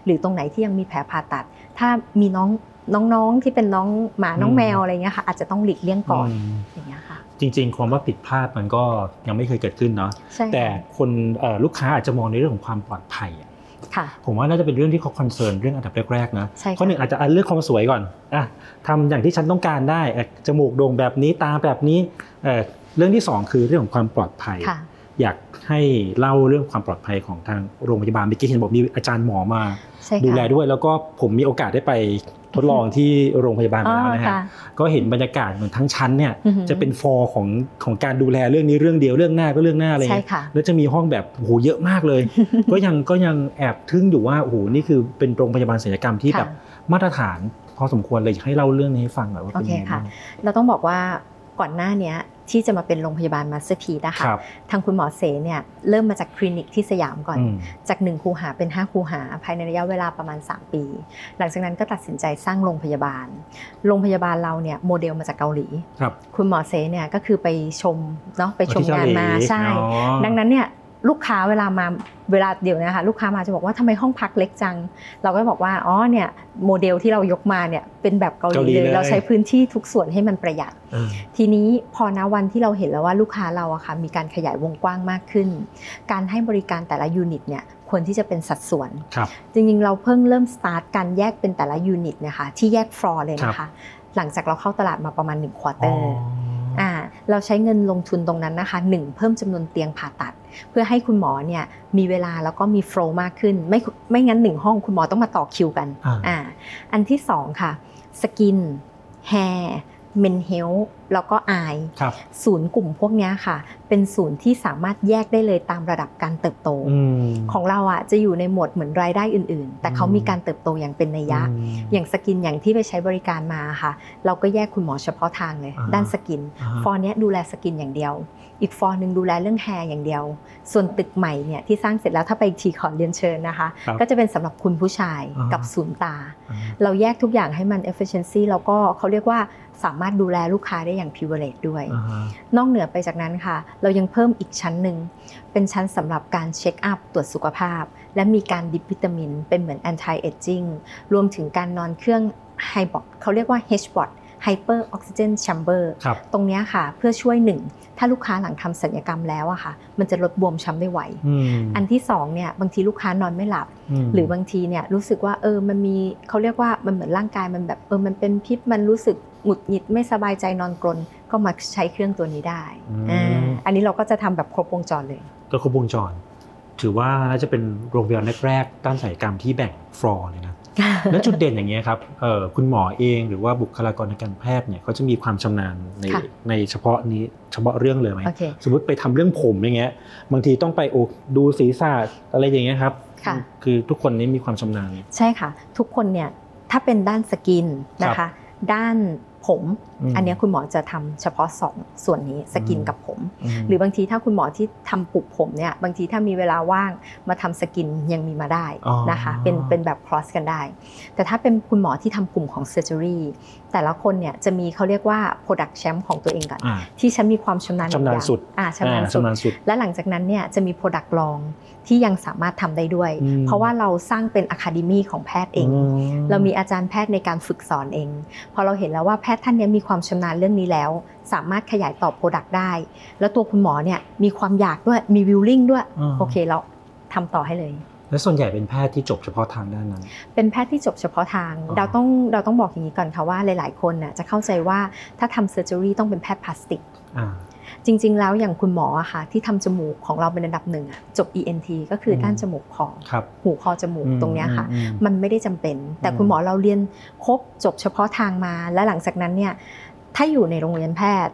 D: หรือตรงไหนที่ยังมีแผลผ่าตัด ถ้ามีน้องน้องๆที่เป็นน้องหมาน้อง
J: อืม
D: แมวอะไรเงี้ยค่ะอาจจะต้องหลีกเลี่ยงก่อน
J: ม
D: อย่างเงี้ยค่ะ
J: จริงๆความว่าผิดพลาดมันก็ยังไม่เคยเกิดขึ้นเนาะ
D: ใช่
J: แต่คนเอ่อลูกค้าอาจจะมองในเรื่องของความปลอดภัยอะ
D: ค่ะ
J: ผมว่าน่าจะเป็นเรื่องที่เขาคอนเซิร์นเรื่องอันดับแรกๆนะ
D: ใช่ค่ะ
J: ข้อหนึ่งอาจจะอ่ะเลือกความสวยก่อนอ่ะทำอย่างที่ฉันต้องการได้เอ่อจมูกโด่งแบบนี้ตาแบบนี้เอ่อเรื่องที่สองคือเรื่องของความปลอดภัย
D: ค่ะ
J: อยากให้เล่าเรื่องความปลอดภัยของทางโรงพยาบาลเมื่อกี้เห็นบอกมีอาจารย์หมอมา
D: ใช่ค่ะ
J: ดูแลด้วยแล้วก็ผมมีโอกาสได้ไป ทดลองที่โรงพยาบาลมาแล้วนะ
R: อ๋อ
J: ฮะ
R: ค่ะ
J: ก็เห็นบรรยากาศเหมือนทั้งชั้นเนี่ย
R: อือหือ
J: จะเป็นฟอร์ของของการดูแลเรื่องนี้เรื่องเดียวเรื่องหน้าก็เรื่องหน้าอะไร
R: ใช่
J: เงี้ย
R: ค่ะ
J: แล้วจะมีห้องแบบโอ้โหเยอะมากเลย
D: <laughs>
J: ก็ยังก็ยังแอบทึ่งอยู่ว่าโอ้โหนี่คือเป็นโรงพยาบาลศัลยกรรมที่แบบมาตรฐานพอสมควรเลยอยากให้เล่าเรื่องนี้ให้ฟังหน่อยว่า
D: โอ
J: เป็น
D: เค
J: ยังไง
D: ค่ะ
J: บ้าง
D: เราต้องบอกว่าก่อนหน้าเนี้ยที่จะมาเป็นโรงพยาบาลมาสเตอร์พีนะคะ
J: ครับ
D: ทางคุณหมอเสเนี่ยเริ่มมาจากคลินิกที่สยามก่อน
J: อืม
D: จาก 1 คูหาเป็น 5 คูหา ภายในระยะเวลาประมาณ 3 ปี หลังจากนั้นก็ตัดสินใจสร้างโรงพยาบาล โรงพยาบาลเราเนี่ยโมเดลมาจากเกาหลี
J: ครับ
D: คุณหมอเซเนี่ยก็คือไปชมเนาะไปชมงานมา
J: ไปที่เกาหลี
D: ใช่
J: อ๋อ
D: ดังนั้นเนี่ยลูกค้าเวลามาเวลาเดี๋ยวนะคะลูกค้ามาจะบอกว่าทำไมห้องพักเล็กจัง เราก็บอกว่าอ๋อเนี่ยโมเดลที่เรายกมาเนี่ยเป็นแบบเกาหลี
R: เกาหลี
D: เลย
R: เลย
D: เราใช้พื้นที่ทุกส่วนให้มันประหยัด
R: อ่า
D: ทีนี้พอนะวันที่เราเห็นแล้วว่าลูกค้าเราอะค่ะมีการขยายวงกว้างมากขึ้น การให้บริการแต่ละยูนิตเนี่ยควรที่จะเป็นสัดส่วน
J: ครับ
D: จริงๆ เราเพิ่งเริ่มสตาร์ทการแยกเป็นแต่ละยูนิตนะคะที่แยกฟลอร์เลยนะ
R: ครั
D: คะ
R: บ
D: หลังจากเราเข้าตลาดมาประมาณ1ควอเตอ
R: อ๋
D: ร์
R: อ
D: ่าเราใช้เงินลงทุนตรงนั้นนะคะ 1 เพิ่มจำนวนเตียงผ่าตัด เพื่อให้คุณหมอเนี่ยมีเวลาแล้วก็มีโฟลว์มากขึ้น ไม่ไม่งั้น 1 ห้องคุณหมอต้องมาต่อคิวกัน
R: อ่า
D: อ่าอันที่ 2 ค่ะสกินแฮร์เมนเฮลแล้วก็อาย
J: ครับ
D: ศูนย์กลุ่มพวกเนี้ยค่ะ เป็นศูนย์ที่สามารถแยกได้เลยตามระดับการเติบโต
J: อืม
D: ของเราอ่ะจะอยู่ในหมวดเหมือนรายได้อื่น ๆ แต่เขามีการเติบโตอย่างเป็นนัยยะ อย่างสกินอย่างที่ไปใช้บริการมาค่ะ เราก็แยกคุณหมอเฉพาะทางเลย
R: อ่าฮะ
D: ด้านสกิน
R: อ่าฮะ
D: ฟอร์เนี้ยดูแลสกินอย่างเดียว อีกฟอร์หนึ่งดูแลเรื่องแฮร์อย่างเดียว ส่วนตึกใหม่เนี่ยที่สร้างเสร็จแล้วถ้าไปอีกทีขอเรียนเชิญนะคะ
R: ครับ
D: ก็จะเป็นสำหรับคุณผู้ชาย
R: อ่าฮะ
D: กับศูนย์ตา เราแยกทุกอย่างให้มัน efficiency แล้วก็เขาเรียกว่าสามารถดูแลลูกค้าได้อย่าง privilege ด้วย
R: อ่าฮะ
D: นอกเหนือไปจากนั้นค่ะ เรายังเพิ่มอีกชั้นหนึ่ง เป็นชั้นสำหรับการเช็คอัพตรวจสุขภาพ และมีการดิบวิตามิน เป็นเหมือน anti aging รวมถึงการนอนเครื่องไฮบอดเขาเรียกว่า HBOT Hyper Oxygen Chamber
R: ครับ
D: ตรงเนี้ยค่ะ เพื่อช่วยหนึ่ง ถ้าลูกค้าหลังทำศัลยกรรมแล้วอะค่ะ มันจะลดบวมช้ำได้ไว
R: อืม
D: อันที่สองเนี่ยบางทีลูกค้านอนไม่หลับ
R: อืม
D: หรือบางทีเนี่ยรู้สึกว่าเออมันมีเขาเรียกว่ามันเหมือนร่างกายมันแบบเออมันเป็นพิษมันรู้สึกหงุดหงิดไม่สบายใจนอนกรนก็มาใช้เครื่องตัวนี้ได้
J: อืม
D: อ่าอันนี้เราก็จะทำแบบครบวงจรเลย
J: ก็ครบวงจร ถือว่าน่าจะเป็นโรงพยาบาลแรกๆด้านศัลยกรรมที่แบ่งฟลอร์เลยนะ แล้วจุดเด่นอย่างเงี้ยครับเอ่อคุณหมอเองหรือว่าบุคลากรทางการแพทย์เนี่ยเขาจะมีความชำนาญใน
D: ค่ะ
J: ในเฉพาะนี้เฉพาะเรื่องเลยไหม
D: โอเค
J: สมมติไปทำเรื่องผมอย่างเงี้ยบางทีต้องไปโอกดูศีรษะอะไรอย่างเงี้ยครับ
D: ค่ะ
J: คือทุกคนนี้มีความชำนาญ
D: <laughs> ใช่ค่ะ ทุกคนเนี่ยถ้าเป็นด้านสกินนะ
J: ครั
D: คะ
J: บ
D: ด้านผม
J: อืม
D: อันเนี้ยคุณหมอจะทำเฉพาะสองส่วนนี้สกิน
J: อืม
D: กับผม
J: อืม
D: หรือบางทีถ้าคุณหมอที่ทำปลุกผมเนี่ยบางทีถ้ามีเวลาว่างมาทำสกินยังมีมาได้นะคะ
R: อ๋อ
D: เป็นเป็นแบบ cross กันได้ แต่ถ้าเป็นคุณหมอที่ทำกลุ่มของ surgery แต่ละคนเนี่ยจะมีเขาเรียกว่า product champ ของตัวเองก่อน
J: อ่า
D: ที่ฉันมีความชำนาญ
J: ชำนาญ
D: อย่ง
J: สุด
D: อ่าชำนาญ
J: อ่า
D: สุด
J: ชำนาญสุด
D: และหลังจากนั้นเนี่ยจะมี Product รองที่ยังสามารถทำได้ด้วย
R: อืม
D: เพราะว่าเราสร้างเป็นอะคาเดมีของแพทย์เอง
R: อืม
D: เรามีอาจารย์แพทย์ในการฝึกสอนเอง พอเราเห็นแล้วว่าแพทย์ท่านเนี้มีความชำนาญเรื่องนี้แล้ว สามารถขยายต่อ Product ได้ แล้วตัวคุณหมอเนี่ยมีความอยากด้วยมีวิลลิ่งด้วย
J: อ่า
D: โอเคเราทำต่อให้เลย
J: และส่วนใหญ่เป็นแพทย์ที่จบเฉพาะทางด้านนั้น
D: เป็นแพทย์ที่จบเฉพาะทาง เราต้องเราต้องบอกอย่างนี้ก่อนค่ะว่าหลาย ๆ คนน่ะจะเข้าใจว่าถ้าทำเซอร์เจอรี่ต้องเป็นแพทย์พลาสติก
J: อ่า
D: จริง ๆ แล้วอย่างคุณหมออะค่ะที่ทำจมูกของเราเป็นอันดับหนึ่งอะจบ ENT ก็คืออ
R: ม
D: ด้านจมูกคอ
J: ครับ
D: หูคอจมูก
R: อืม
D: ตรงเนี้ยค่ะ
R: อืมอืม
D: มันไม่ได้จำเป็น แต่
R: อืม
D: คุณหมอเราเรียนครบจบเฉพาะทางมา และหลังจากนั้นเนี่ยถ้าอยู่ในโรงเรียนแพทย์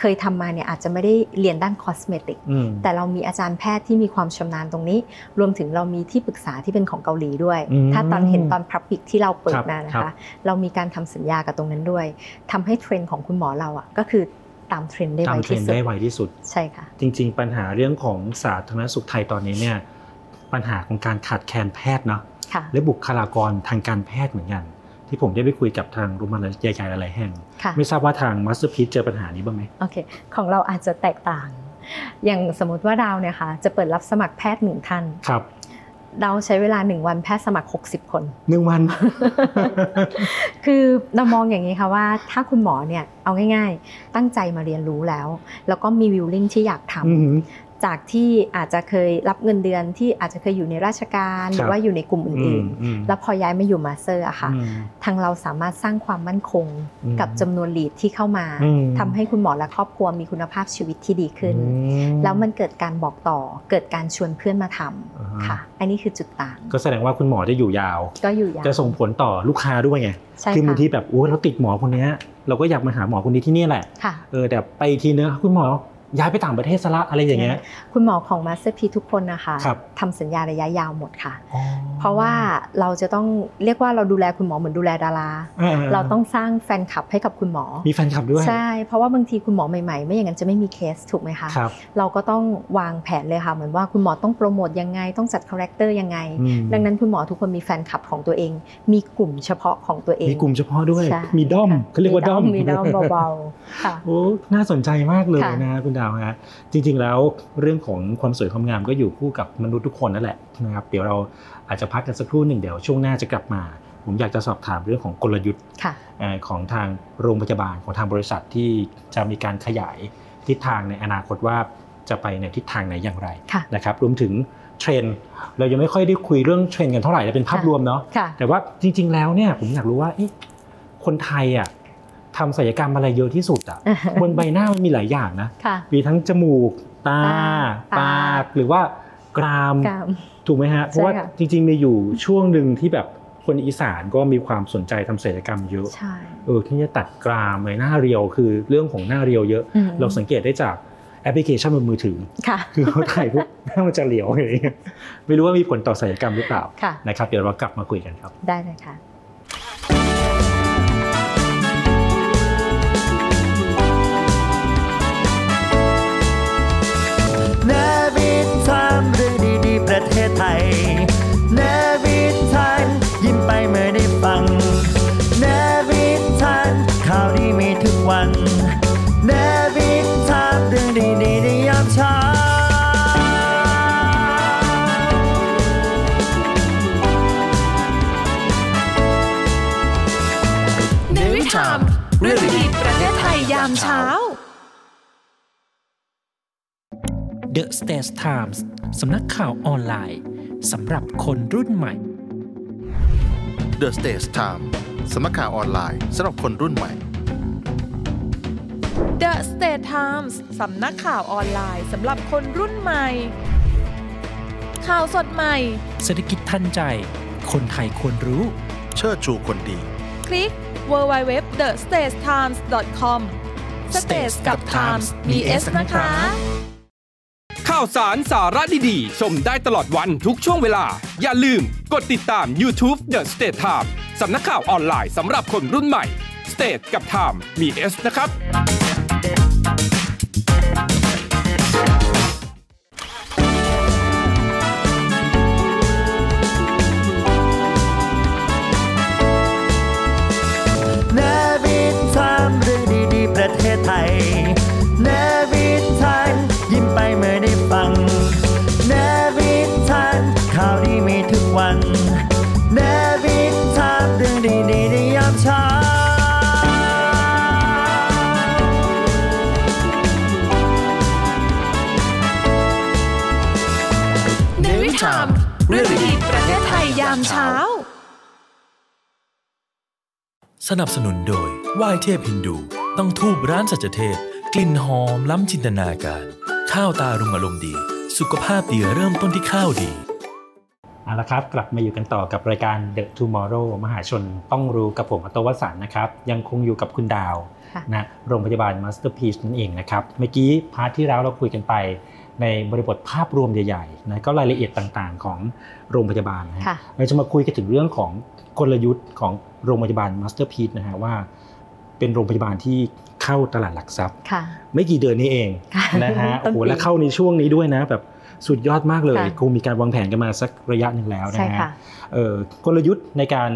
D: เคยทำมาเนี่ยอาจจะไม่ได้เรียนด้านคอสเมติก
R: อืม
D: แต่เรามีอาจารย์แพทย์ที่มีความชำนาญตรงนี้ รวมถึงเรามีที่ปรึกษาที่เป็นของเกาหลีด้วย
R: อืม
D: ถ้าตอนเห็นตอนพับปิกที่เราเปิด
R: ครับ
D: มานะ
R: ครั
D: คะ
R: บ
D: เรามีการทำสัญญากับตรงนั้นด้วยทำให้เทรนด์ของคุณหมอเราอ่ะก็คือตามเทรนด์ได้
J: ตา
D: ไว
J: มเทร
D: ที่
J: นด์
D: สุ
J: ได้
D: ด
J: ไวที่สุด
D: ใช่ค่ะ
J: จริง ๆ ปัญหาเรื่องของสาธารณสุขไทยตอนนี้เนี่ยปัญหาของการขาดแคลนแพทย์เนาะ
D: ค่ะ
J: และบุคลากรทางการแพทย์เหมือนกัน ที่ผมได้ไปคุยกับทางโรงพยาบาลใหญ่ๆหลายๆแห่ง
D: ค่ะ
J: ไม่ทราบว่าทางมาสเตอร์พีเจอปัญหานี้บ้างไหม
D: โอเค ของเราอาจจะแตกต่าง อย่างสมมติว่าดาวเนี่ยค่ะ จะเปิดรับสมัครแพทย์หนึ่งท่าน
J: ครับ
D: เราใช้เวลา 1 วันแพทย์สมัคร 60 คน
J: หนึ่งวัน
D: คือเรามองอย่างนี้ค่ะว่าถ้าคุณหมอเนี่ยเอาง่ายๆ ตั้งใจมาเรียนรู้แล้ว แล้วก็มีวิลลิ่งที่อยากทำ จากที่อาจจะเคยรับเงินเดือนที่อาจจะเคยอยู่ในราชการหรือว่าอยู่ในกลุ่มอื่น
J: อืมอืม
D: ๆ แล้วพอย้ายมาอยู่มาสเตอร์อะค่ะ
J: อืม
D: ทางเราสามารถสร้างความมั่นคง
J: อืม
D: กับจำนวนลีดที่เข้ามา
J: อืม
D: ทำให้คุณหมอและครอบครัวมีคุณภาพชีวิตที่ดีขึ้น แล้วมันเกิดการบอกต่อ เกิดการชวนเพื่อนมาทำค่ะ อันนี้คือจุดต่าง
J: ก็แสดงว่าคุณหมอจะอยู่ยาว
D: ก็อยู่ยาว
J: จะส่งผลต่อลูกค้าด้วยไง
D: ใช่ค่ะ
J: คืบางทีแบบโอ้เราติดหมอคนเนี้ยเราก็อยากมาหาหมอคนนี้ที่นี่แหละ
D: ค่ะ
J: เออแต่ไปทีเนื้อะคุณหมอย้ายไปต่างประเทศซะละอะไรอย่างเงี้ย
D: คุณหมอของมาสเตอร์พีทุกคนนะคะ
J: ครับ
D: ทำสัญญาระยะยาวหมดค่ะ เพราะว่าเราจะต้องเรียกว่าเราดูแลคุณหมอเหมือนดูแลดารา
J: อ่าๆ
D: เราต้องสร้างแฟนคลับให้กับคุณหมอ
J: มีแฟนคลับด้วย
D: ใช่ เพราะว่าบางทีคุณหมอใหม่ๆ ไม่อย่างนั้นจะไม่มีเคสถูกไหมคะ
J: ครับ
D: เราก็ต้องวางแผนเลยค่ะ เหมือนว่าคุณหมอต้องโปรโมทยังไง ต้องจัดคาแรคเตอร์ยังไง
J: อืม
D: ดังนั้นคุณหมอทุกคนมีแฟนคลับของตัวเอง มีกลุ่มเฉพาะของตัวเอง
J: มีกลุ่มเฉพาะด้วย
D: ใช่
J: มีด้อมเขาเรียกว่าด้อม
D: มีด้อม
J: <laughs>
D: เบาๆค่ะ
J: โอ้น่าสนใจมากเลย
D: ค่ะ
J: นะคุณดาวฮะจริง ๆ แล้วเรื่องของความสวยความงามก็อยู่คู่กับมนุษย์ทุกคนนั่นแหละนะครับเดี๋ยวเราอาจจะพักกันสักครู่หนึ่งเดี๋ยวช่วงหน้าจะกลับมา ผมอยากจะสอบถามเรื่องของกลยุทธ์
D: ค่ะ
J: เอ่อของทางโรงพยาบาลของทางบริษัทที่จะมีการขยายทิศทางในอนาคตว่าจะไปในทิศทางไหนอย่างไร
D: ค่ะ
J: นะครับรวมถึงเทรนด์เรายังไม่ค่อยได้คุยเรื่องเทรนด์กันเท่าไหร่แต่เป็นภาพรวมเนาะ
D: ค่ะ
J: แต่ว่าจริง ๆ แล้วเนี่ยผมอยากรู้ว่าเอ๊ะคนไทยอ่ะทำศัลยกรรมอะไรเยอะที่สุด
D: <laughs>
J: อ่ะ บนใบหน้ามันมีหลายอย่างนะ
D: ค่ะ
J: มีทั้งจมูก ตาป
D: ตา
J: ากหรือว่ากราม
D: กราม
J: ถูกไหมฮะ เพราะว่า
D: ค่ะ
J: จริงๆมีอยู่ช่วงหนึ่งที่แบบคนอีสานก็มีความสนใจทำศัลยกรรมเยอะ
D: ใช่
J: เออที่จะตัดกรามเลยหน้าเรียวคือเรื่องของหน้าเรียวเยอะ
D: อืม
J: เราสังเกตได้จากแอปพลิเคชันบนมือถือ
D: ค่ะ
J: คือเขาถ่ายปุ๊บหน้ามันจะเรียวอย่างเงี้ยไม่รู้ว่ามีผลต่อศัลยกรรมหรือเปล่า
D: ค่ะ
J: นะครับเดี๋ยวเรากลับมาคุยกันครับ
D: ได้เลยค่ะ
C: นวินทามเรื่องดีๆ ประเทศไทยนวินทามยิ้มไปเมื่อได้ฟังนวินทามข่าวดีมีทุกวันนวินทามเรื่องดีๆในยามเช้า
A: ในวิถามเรื่องดีๆประเทศไทยยามเช้า
R: The States Times สำนักข่าวออนไลน์สำหรับคนรุ่นใหม่
B: The Stage Time สมัครข่าวออนไลน์สำหรับคนรุ่นใหม่
A: The State Times สำนักข่าวออนไลน์สำหรับคนรุ่นใหม่ ข่าวสดใหม่
R: เศรษฐกิจทันใจ คนไทยควรรู้
B: เชิดชูคนดี
A: คลิก www.thestagetimes.com Stage กับ Times มี S นะคะ
O: ข่าวสารสาระดีๆ ชมได้ตลอดวันทุกช่วงเวลา อย่าลืมกดติดตาม YouTube The State Time สำนักข่าวออนไลน์สำหรับคนรุ่นใหม่ State กับ Time มี S นะครับ
C: นวินทามเรื่องดีๆ ประเทศไทยนวินทามยิ้มไปเมื่อได้ฟังนวินทามข่าวดีมีทุกวันนวินทามเรื่องดีๆในยามเช้า
A: ในวิถามเรื่องดีๆประเทศไทยยามเช้า
Q: สนับสนุนโดยไหว้เทพฮินดู ต้องทูบร้านสัจเทพ กลิ่นหอมล้ำจินตนาการ ข้าวตารุงอารมณ์ดี สุขภาพดีเริ่มต้นที่ข้าวดี
J: เอาละครับ กลับมาอยู่กันต่อกับรายการ The Tomorrow มหาชนต้องรู้กับผมอตโตวสันต์นะครับ ยังคงอยู่กับคุณดาว
D: ค่ะ
J: นะโรงพยาบาล Masterpiece นั่นเองนะครับ เมื่อกี้พาร์ทที่แล้วเราคุยกันไป ในบริบทภาพรวมใหญ่ๆนะก็รายละเอียดต่างๆของโรงพยาบาลนะฮะ
D: ค่ะ
J: เราจะมาคุยกันถึงเรื่องของกลยุทธ์ของโรงพยาบาลมาสเตอร์พี e นะฮะว่า เป็นโรงพยาบาลที่เข้าตลาดหลักทรัพย์
D: ค่ะ
J: ไม่กี่เดือนนี้เอง
D: ค่ะ
J: นะฮะ
D: ต้นปี
J: โอ้โหและเข้าในช่วงนี้ด้วยนะแบบสุดยอดมากเลย
D: ค่ะ
J: คงมีการวางแผนกันมาสักระยะหนึ่งแล้วนะ
D: ใช่
J: ฮะ
D: ค่ะ
J: เอ่อกลยุทธ์ในการ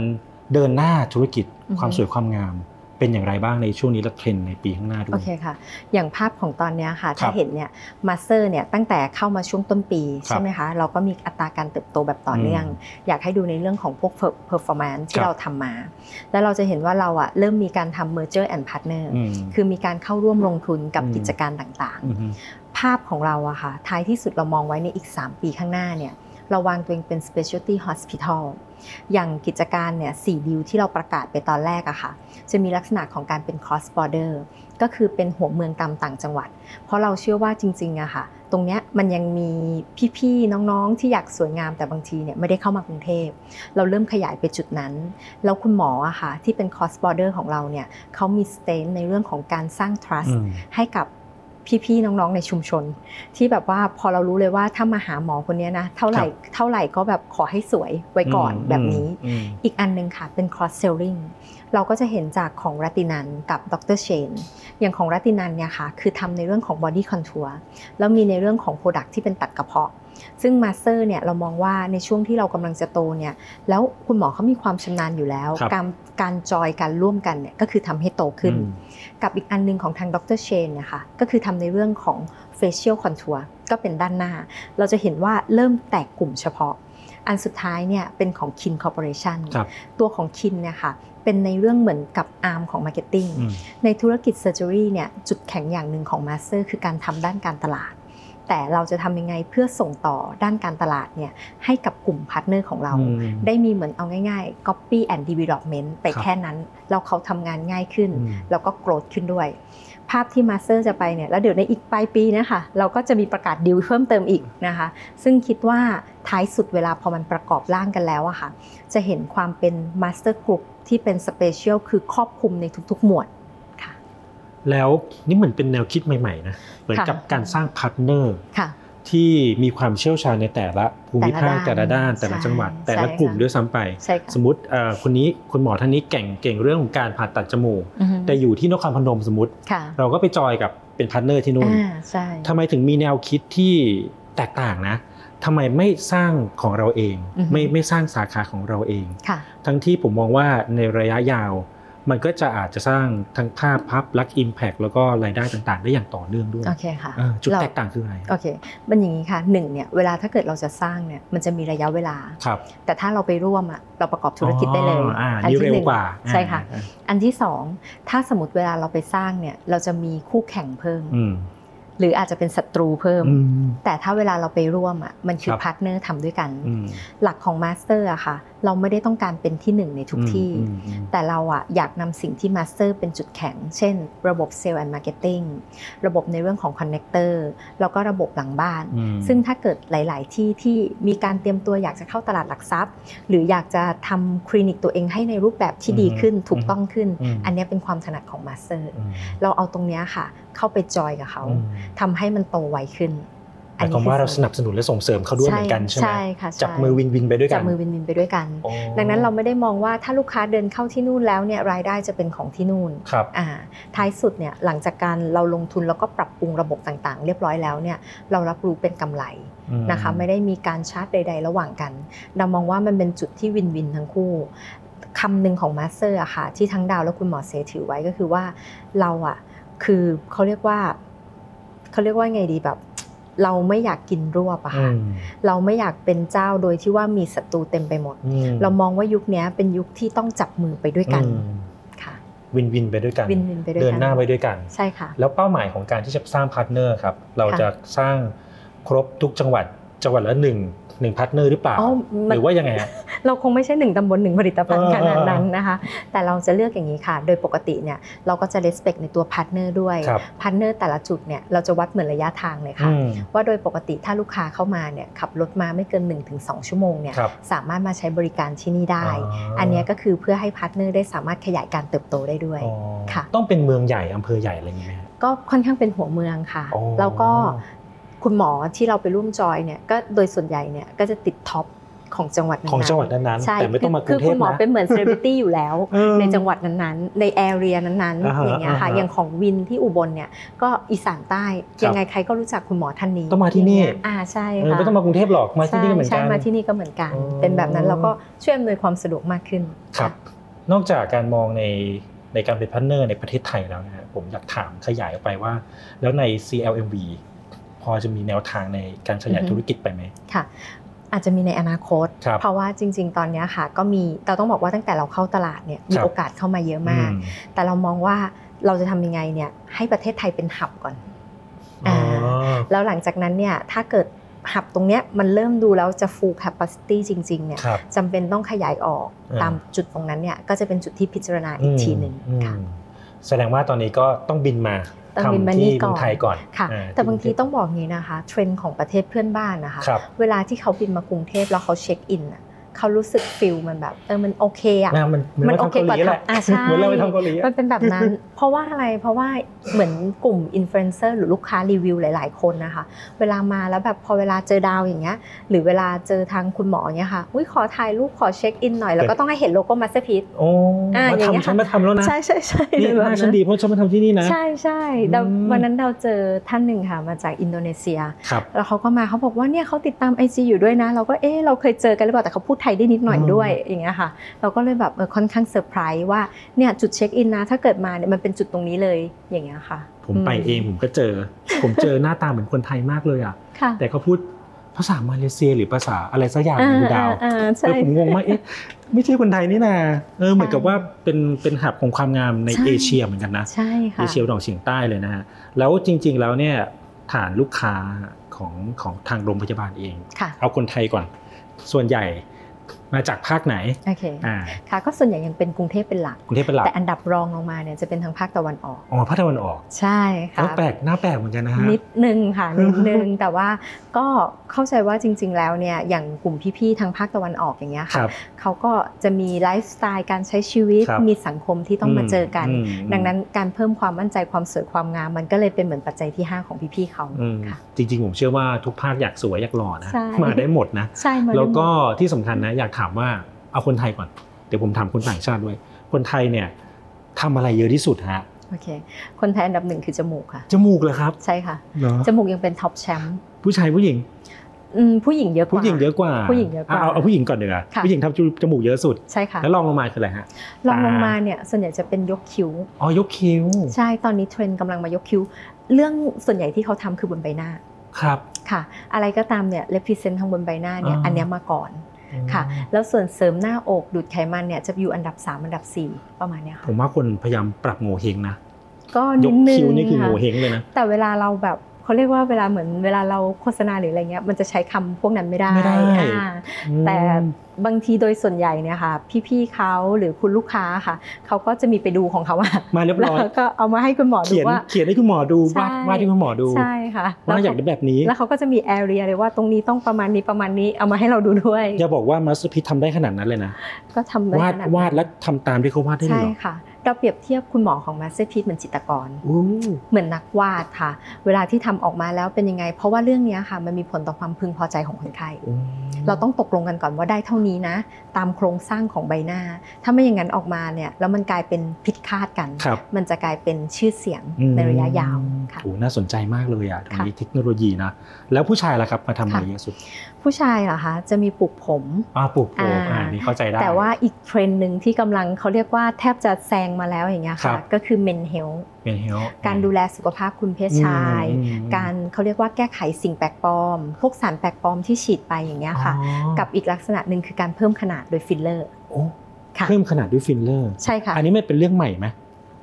J: เดินหน้าธุรกิจ
D: อือฮึ
J: ความสวยความงาม เป็นอย่างไรบ้างในช่วงนี้และเทรนด์ในปีข้างหน้าด้ว
D: โอย เคค่ะ อย่างภาพของตอนเนี้ยค่ะ
J: ครั
D: ถ้า
J: บ
D: เห็นเนี่ยมาสเตอร์เนี่ยตั้งแต่เข้ามาช่วงต้นปี
J: ครับ
D: ใช่ไหมคะ เราก็มีอัตราการเติบโตแบบต่อเนื่อง อยากให้ดูในเรื่องของพวกเพอร์ฟอร์แมนซ์
J: ค
D: ที่
J: รับ
D: เราทำมา แล้วเราจะเห็นว่าเราอะเริ่มมีการทำเมอร์เจอร์แอนด์พาร์ทเนอร์
J: อืม
D: คือมีการเข้าร่วมลงทุนกับ
J: อืม
D: กิจการต่าง
J: อือฮึ
D: ๆ ภ ภาพของเราอะค่ะท้ายที่สุดเรามองไว้ในอีก 3 ปีข้างหน้าเนี่ยเราวางตัวเองเป็น specialty hospital อย่างกิจการเนี่ยสี่ดิวที่เราประกาศไปตอนแรกอะค่ะ จะมีลักษณะของการเป็น cross border ก็คือเป็นหัวเมืองตามต่างจังหวัด เพราะเราเชื่อว่าจริงๆอะค่ะ ตรงเนี้ยมันยังมีพี่ๆน้องๆที่อยากสวยงามแต่บางทีเนี่ยไม่ได้เข้ามากรุงเทพ เราเริ่มขยายไปจุดนั้น แล้วคุณหมออะค่ะที่เป็น cross border ของเราเนี่ยเขามี stain ในเรื่องของการสร้าง trust
S: อืม
D: ให้กับพี่ๆน้องๆในชุมชน ที่แบบว่าพอเรารู้เลยว่าถ้ามาหาหมอคนเนี้ยนะเท่าไหร่เท่าไหร่ก็แบบขอให้สวยไว้ก่อน
S: อืม
D: แบบนี้
S: อืม
D: อีกอันหนึงค่ะเป็น cross selling เราก็จะเห็นจากของรัตินันกับดรเชน อย่างของรัตินันเนี่ยค่ะคือทำในเรื่องของ body contour แล้วมีในเรื่องของ product ที่เป็นตัดกระเพาะ ซึ่งมาสเตอร์เนี่ยเรามองว่าในช่วงที่เรากำลังจะโตเนี่ยแล้วคุณหมอเขามีความชำนาญอยู่แล้ว
S: ครับ
D: การการจอยการร่วมกันเนี่ยก็คือทำให้โตขึ้น
S: อืม
D: กับอีกอันหนึงของทางดรเชนนะคะก็คือทำในเรื่องของ facial contour ก็เป็นด้านหน้า เราจะเห็นว่าเริ่มแตกกลุ่มเฉพาะ อันสุดท้ายเนี่ยเป็นของ Kin Corporation
S: ครับ
D: ตัวของ Kin เนยคะเป็นในเรื่องเหมือนกับอาร์มของ Marketing
S: อืม
D: ในธุรกิจเซอร์เจอรี่เนี่ยจุดแข็งอย่างหนึ่งของมาสเตอร์คือการทำด้านการตลาด แต่เราจะทำยังไงเพื่อส่งต่อด้านการตลาดเนี่ยให้กับกลุ่มพาร์ทเนอร์ของเรา
S: อืม
D: ได้มีเหมือนเอาง่ายๆ Copy and Development ไป
S: ครับ
D: แค่นั้น แล้วเขาทำงานง่ายขึ้น
S: อืม
D: แล้วก็โกรธขึ้นด้วย ภาพที่มาสเตอร์จะไปเนี่ยแล้วเดี๋ยวในอีกปลายปีเนะคะเราก็จะมีประกาศดีลเพิ่มเติมอีกนะคะ ซึ่งคิดว่าท้ายสุดเวลาพอมันประกอบร่างกันแล้วอะค่ะ จะเห็นความเป็นมาสเตอร์กลุ่มที่เป็นสเปเชียลคือครอบคลุมในทุกๆ หมวด
J: แล้วนี่เหมือนเป็นแนวคิดใหม่ๆนะเหมือน
D: ค่ะ
J: กับการสร้างพาร์ทเนอร์
D: ค่ะ
J: ที่มีความเชี่ยวชาญในแต่ละภูมิภาค
D: แต่
J: แต่
D: ละ
J: ละ
D: ด้า
J: ด้าน นแต่ละ
D: ใช่
J: จังหวัด แต่ละ
D: ใช่
J: กลุ่ม
D: ค่ะ
J: ด้วยซ้ำไป
D: ใช่ค่ะ
J: สมมติเอ่อคนนี้คุณหมอท่านนี้เก่งเก่งเรื่องของการผ่าตัดจมูก
D: อือฮึ
J: แต่อยู่ที่นครพนมสมมติ
D: ค่ะ
J: เราก็ไปจอยกับเป็นพาร์ทเนอร์ที่นู่น
D: อ่าใช่
J: ทำไมถึงมีแนวคิดที่แตกต่างนะทำไมไม่สร้างของเราเอง
D: อือฮึ
J: ไม่ไม่สร้างสาขาของเราเอง
D: ค่ะ
J: ทั้งที่ผมมองว่าในระยะยาว มันก็จะอาจจะสร้างทั้งภาพพับลักอิมแพกแล้วก็รายได้ต่างๆ ได้อย่างต่อเนื่องด้วย
D: โอเคค่ะ
J: อ่าจุดแตกต่างคืออะไร
D: โอเคมันอย่างนี้ค่ะหนึ่งเนี่ยเวลาถ้าเกิดเราจะสร้างเนี่ยมันจะมีระยะเวลา
J: ครับ
D: แต่ถ้าเราไปร่วมอะเราประกอบธุรกิจได้เลย
J: อ๋ออ่า
D: ที่
J: นี่เร็ว
D: หนึ่ง
J: กว่า
D: ใช่ค่ะ
J: อ่า
D: อันที่สองถ้าสมมติเวลาเราไปสร้างเนี่ยเราจะมีคู่แข่งเพิ่ม
J: อืม
D: หรืออาจจะเป็นศัตรูเพิ่ม
J: อืม
D: แต่ถ้าเวลาเราไปร่วมอะมันคือ
J: ครับ
D: พาร์ทเนอร์ทำด้วยกัน
J: อืม
D: หลักของมาสเตอร์อะค่ะ เราไม่ได้ต้องการเป็นที่หนึ่งในทุกที่
S: อืมอืม
D: แต่เราอะอยากนำสิ่งที่มาสเตอร์เป็นจุดแข็ง เช่น ระบบเซลล์แอนด์มาร์เก็ตติ้งระบบในเรื่องของคอนเนคเตอร์แล้วก็ระบบหลังบ้าน
S: อืม
D: ซึ่งถ้าเกิดหลาย ๆ ที่ที่มีการเตรียมตัวอยากจะเข้าตลาดหลักทรัพย์ หรืออยากจะทำคลินิกตัวเองให้ในรูปแบบที่ดีขึ้นถูกต้องขึ้น
S: อืม
D: อันเนี้ยเป็นความถนัดของมาสเตอร์เราเอาตรงเนี้ยค่ะ เข้าไปจอยกับเขาทำให้มันโตไวขึ้น
J: หมายความว่าเราสนับสนุนและส่งเสริมเขาด้วยเหมือนกันใช่ไหม
D: ใช่ค่ะใช่
J: จับมือวินวินไปด้วยกัน
D: จับมือวินวินไปด้วยกัน ดังนั้นเราไม่ได้มองว่าถ้าลูกค้าเดินเข้าที่นู่นแล้วเนี่ยรายได้จะเป็นของที่นู่น
J: ครับ
D: อ่าท้ายสุดเนี่ยหลังจากการเราลงทุนแล้วก็ปรับปรุงระบบต่างๆ เรียบร้อยแล้วเนี่ยเรารับรู้เป็นกำไร
S: อืม
D: นะคะไม่ได้มีการชาร์จใด ๆ ระหว่างกันเรามองว่ามันเป็นจุดที่วินวินทั้งคู่คำหนึ่งของมาสเตอร์อะค่ะที่ทั้งดาวและคุณหมอเซถือไว้ก็คือว่าเราอะคือเขาเรียกว่าเขาเรียกว่าไงดีแบบ เราไม่อยากกินรวบอะค่ะ เราไม่อยากเป็นเจ้าโดยที่ว่ามีศัตรูเต็มไปหมด
J: อืม
D: เรามองว่ายุคเนี้ยเป็นยุคที่ต้องจับมือไปด้วยกัน
J: อืมวินวินไปด้วยกัน
D: วินวินไปด้วยกัน
J: เดินหน้าไปด้วยกัน
D: ใช่ค่ะ
J: แล้วเป้าหมายของการที่จะสร้างพาร์ทเนอร์ครับ เรา
D: ค่ะ
J: จะสร้างครบทุกจังหวัดจังหวัดละหนึ่งหนึ่งพาร์ทเนอร์หรือเปล่า
D: อ๋อมัน
J: หรือว่ายังไงฮะ
D: เราคงไม่ใช่หนึ่งตำบลหนึ่งผลิตภัณฑ์
J: เออ
D: ขนาดนั้นนะคะ แต่เราจะเลือกอย่างนี้ค่ะ โดยปกติเนี่ยเราก็จะ respect ในตัวพาร์ทเนอร์ด้วย
J: ครับ
D: พาร์ทเนอร์แต่ละจุดเนี่ยเราจะวัดเหมือนระยะทางเลยค่ะ
J: อืม
D: ว่าโดยปกติถ้าลูกค้าเข้ามาเนี่ยขับรถมาไม่เกิน 1-2 ชั่วโมงเนี่ย
J: ครับ
D: สามารถมาใช้บริการที่นี่ได้
J: อ๋ออั
D: อันเนี้ยก็คือเพื่อให้พาร์ทเนอร์ได้สามารถขยายการเติบโตได้ด้วยค่ะ
J: ต้องเป็นเมืองใหญ่อำเภอใหญ่อะไรอย่างนี้ไหมฮะ
D: ก็ค่อนข้างเป็นหัวเมืองค่ะ
J: โอ้
D: แล้วก็คุณหมอที่เราไปร่วมจอยเนี่ยก็โดยส่วนใหญ่เนี่ยก็จะติดท็อปของจังหวัดนั้นๆ
J: ของจังหวัดนั้นๆ
D: ใช่
J: แต่ไม่ต้องมาก
D: คื
J: รุ
D: อง
J: เท
D: คุ
J: พ
D: ณหมอ
J: นะ
D: เป็นเหมือนเซเลบริตี้อยู่แล้ว ในจังหวัดนั้นๆ ในแอเรียนั้น
J: อ่า
D: ๆ
J: ฮะ
D: อย่างเงี้ยค่ะ
J: อ่าฮะ
D: อย่างของวินที่อุบลเนี่ยก็อีสานใต้
J: ครับ
D: ยังไงใครก็รู้จักคุณหมอท่านนี้
J: ต้องมาที่นี่
D: ย่งเงี้ยอ่าใช่
J: เออ
D: ค่ะ
J: ไม่ต้องมากรุงเทพหรอกมาที่นี่ก็เหมือนกัน
D: ใช่ใช่มาที่นี่ก็เหมือนกัน
J: อ๋อ
D: เป็นแบบนั้นเราก็ช่วยอำนวยความสะดวกมากขึ้น
J: ครับ นอกจากการมองในในการเป็นพาร์ทเนอร์ในประเทศไทยแล้วนะฮะผมอยากถามขยายออกไปว่า แล้วใน CLMV พอจะมีแนวทางในการขยาย
D: อือฮึ
J: ธุรกิจไปไหม
D: ค่ะอาจจะมีในอนาคต
J: ครับ
D: เพราะว่าจริง ๆ ตอนเนี้ยค่ะก็มีเราต้องบอกว่าตั้งแต่เราเข้าตลาดเนี่ยมี
J: ครับ
D: โอกาสเข้ามาเยอะมาก แต่เรามองว่าเราจะทำยังไงเนี่ยให้ประเทศไทยเป็นหับก่อน อ่า แล้วหลังจากนั้นเนี่ยถ้าเกิดหับตรงเนี้ยมันเริ่มดูแล้วจะ full capacity จริงๆเนี่ย
S: ครับ
D: จำเป็นต้องขยายออก
S: อ่า
D: ตามจุดตรงนั้นเนี่ยก็จะเป็นจุดที่พิจารณาอีกทีหนึ่ง
S: อืมแสดงว่าตอนนี้ก็ต้องบินมา
D: ต้องบินมา
S: ทำ
D: นี่
S: ที่
D: ก่
S: เมื
D: อน
S: องไทยก่อน
D: ค่ะ
S: อ่
D: แต่บางทีต้องบอกอย่างนี้นะคะเทรนด์ของประเทศเพื่อนบ้านนะคะ
S: ครับ
D: เวลาที่เขาบินมากรุงเทพแล้วเขาเช็คอินอะเขารู้สึกฟิลมันแบบเออมันโอเคอะ
S: นะมันมัน
D: โอเคกว่า
S: เหมือนเราทำเกาหลีแหละ
D: อ่ะใช่
S: เหมือนเราไปทำเกาหลีอะ
D: มันเป็นแบบนั้น เพราะว่าอะไรเพราะว่าเหมือนกลุ่มอินฟลูเอนเซอร์หรือลูกค้ารีวิวหลาย ๆ คนนะคะ เวลามาแล้วแบบพอเวลาเจอดาวอย่างเงี้ย หรือเวลาเจอทางคุณหมอเงี้ยค่ะอุ้ยขอถ่ายรูปขอเช็คอินหน่อยแล้วก็ต้องให้เห็นโลโก้มาสเตอร์พีซ
S: โอ้
D: อ่ะ
S: มา
D: อย่างเงี้ย
S: ทำฉัน
D: ค่ะ
S: มาทำแล้วนะ
D: ใช่ใช่ใช่
S: นี่
D: แบบนั้
S: น่าน ฉันดีเพราะฉันมาทำที่นี่นะ
D: ใช่ใช่
S: อืม
D: เราวันนั้นเราเจอท่านหนึ่งค่ะมาจากอินโดนีเซีย
S: ครับ
D: แล้วเขาก็มาเขาบอกว่าเนี่ยเขาติดตาม IG อยู่ด้วยนะ เราก็เอ๊ะเราเคยเจอกันหรือเปล่าแต่เขาพูดไทยได้นิดหน่อย
S: อืม
D: ด้วยอย่างเงี้ยค่ะ เราก็เลยแบบเออค่อนข้างเซอร์ไพรส์ว่าเนี่ยจุดเช็คอินนะถ้าเกิดมาเนี่ยมันเป็นจุดตรงนี้เลยอย่างเงี้ยค่ะ
J: ผมไปเองผมก็เจอ ผมเจอหน้าตาเหมือนคนไทยมากเลยอ่ะ
D: ค่ะ
J: แต่เขาพูดภาษามาเลเซียหรือภาษาอะไรสักอย่างในดาว
D: อ่าอ่าอ่าใช่
J: เออผมงงมากเอ๊ะไม่ใช่คนไทยนี่นาเออเหมือนกับว่าเป็นเป็นหับของความงามใน
D: ใช่
J: เอเชียเหมือนกันนะ
D: ใช่ค่ะ
J: เอเชียตะวันออกเฉียงใต้เลยนะฮะแล้วจริง ๆแล้วเนี่ยฐานลูกค้าของของทางโรงพยาบาลเอง
D: ค่ะ
J: เอาคนไทยก่อน ส่วนใหญ่มาจากภาคไหน
D: โอเค
J: อ่า
D: ค่ะก็ส่วนใหญ่ยังเป็นกรุงเทพเป็นหลัก
J: กรุงเทพเป็นหลัก
D: แต่อันดับรองลงมาเนี่ยจะเป็นทางภาคตะวันออก
J: อ๋อภาคตะวันออก
D: ใช่ค่ะ
J: น่าแปลกหน้าแปลกเหมือนกันนะฮะ
D: นิดนึง
J: <laughs>
D: ค่ะ นิดนึง แต่ว่าก็เข้าใจว่าจริง ๆ แล้วเนี่ยอย่างกลุ่มพี่ๆทางภาคตะวันออกอย่างเงี้ย
J: ครั
D: ค่ะ
J: บ
D: เขาก็จะมีไลฟ์สไตล์การใช้ชีวิต
J: ครับ
D: มีสังคมที่ต้องมาเจอกัน
J: อืมอืม
D: ดังนั้นการเพิ่มความมั่นใจความสวยความงาม มันก็เลยเป็นเหมือนปัจจัยที่ 5 ของพี่ๆเขา
J: อืมจริงๆ ผมเชื่อว่าทุกภาคอยากสวยอยากหล่อนะ
D: ใช่
J: มาได้หมดนะ
D: ใช่มา
J: แล้วก็
D: เรื่อง
J: ที่สำคัญนะอยากถามว่าเอาคนไทยก่อน เดี๋ยวผมถามคนต่างชาติด้วย คนไทยเนี่ยทำอะไรเยอะที่สุดฮะ
D: โอเค คนไทยอันดับหนึ่งคือจมูกค่ะ
J: จมูกเหรอครับ
D: ใช่ค่ะ
J: เหรอ
D: จมูกยังเป็นท็อปแชมป์
J: ผู้ชายผู้หญิง
D: อืมผู้หญิงเยอะกว่า
J: ผู้หญิงเยอะกว่า
D: ผู้หญิงเยอะกว่า
J: เอาเอาผู้หญิงก่อนเดี๋ยวา
D: ค่ะ
J: ผู้หญิงทำจมูกเยอะสุด
D: ใช่ค่ะ
J: แล้วรองลงมาคืออะไรฮะ
D: ลองลงมา
J: ต
D: เนี่ยส่วนใหญ่จะเป็นยกคิ้ว
J: อ๋อยกคิ้ว
D: ใช่ ตอนนี้เทรนด์กำลังมายกคิ้ว เรื่องส่วนใหญ่ที่เขาทำคือบนใบหน้า
J: ครับ
D: ค่ะ อะไรก็ตามเนี่ย represent ทางบนใบหน้าเนี่ย
J: อ่า
D: อันเนี้ยมาก่อน ค่ะ แล้วส่วนเสริมหน้าอกดูดไขมันเนี่ย จะอยู่อันดับ 3 อันดับ 4 ประมาณเนี้ย
J: ผ
D: ค่ะ
J: มว่าคนพยายามปรับโง่เฮงนะ
D: ก็
J: ย
D: นิ
J: ก
D: ดนึง
J: คิ้วนี่คือ
D: ค่ะ
J: โง่เฮงเลยนะ
D: แต่เวลาเราแบบเขาเรียกว่าเวลาเหมือนเวลาเราโฆษณาหรืออะไรเงี้ย มันจะใช้คำพวกนั้นไม่ได้
J: ไม่ได้
D: อ่า
J: อืม
D: แต่บางทีโดยส่วนใหญ่เนี่ยค่ะ พี่ๆเขาหรือคุณลูกค้าค่ะ เขาก็จะมีไปดูของเขาอะ
J: มาเรียบร้อย
D: แล้วก็เอามาให้คุณหมอดู
J: เขียน
D: ว่า
J: เขียนให้คุณหมอดู
D: ใช่
J: วาดวาดให้คุณหมอดู
D: ใช่ค่ะ
J: ว่า
D: แล้ว
J: อยากได้แบบนี้
D: แล้วเขาก็จะมีแอเรียเลยว่าตรงนี้ต้องประมาณนี้ประมาณนี้เอามาให้เราดูด้วย
J: อย่าบอกว่ามาสเตอร์พีทำได้ขนาดนั้นเลยนะ
D: ก็ทำได้
J: วาด
D: ขนาด
J: วาดแล้วทำตามที่เขาวาดได้เลย
D: ใช่
J: เหรอ
D: ค่ะ เราเปรียบเทียบคุณหมอของมาสเตอร์พีซเหมือนจิตรกร เหมือนนักวาดค่ะ เวลาที่ทำออกมาแล้วเป็นยังไง เพราะว่าเรื่องเนี้ยค่ะ มันมีผลต่อความพึงพอใจของคนไข้ เราต้องตกลงกันก่อนว่าได้เท่านี้นะ ตามโครงสร้างของใบหน้า ถ้าไม่อย่างนั้นออกมาเนี่ยแล้วมันกลายเป็นผิดคาดกัน
J: ครับ
D: มันจะกลายเป็นชื่อเสียง
J: อืม
D: ในระยะยาว
J: โอ้น่าสนใจมากเลยอ่ะตรงนี้เทคโนโลยีนะ แล้วผู้ชายล่ะครับมาทำอะไรเยอะสุด
D: ผู้ชายเหรอคะจะมีปลูกผม
J: อ่าปลูกโอ
D: อ่า
J: อ่านี่เข้าใจได้
D: แต่ว่าอีกเทรนด์หนึ่งที่กำลังเขาเรียกว่าแทบจะแซงมาแล้วอย่างเงี้ย
J: ครั
D: ค่ะ
J: บ
D: ก็คือ men health
J: เป็นเฮล
D: การดูแลสุขภาพคุณเพศชาย
J: อืมอืมอืม
D: การเขาเรียกว่าแก้ไขสิ่งแปลกปลอม พวกสารแปลกปลอมที่ฉีดไปอย่างเงี้ยค่ะ
J: อ๋อ
D: กับอีกลักษณะหนึ่งคือการเพิ่มขนาดโดยฟิลเลอร์
J: โอ้
D: ค่ะ
J: เพิ่มขนาดด้วยฟิลเลอร์
D: ใช่ค่ะ
J: อันนี้ไม่เป็นเรื่องใหม่ไหม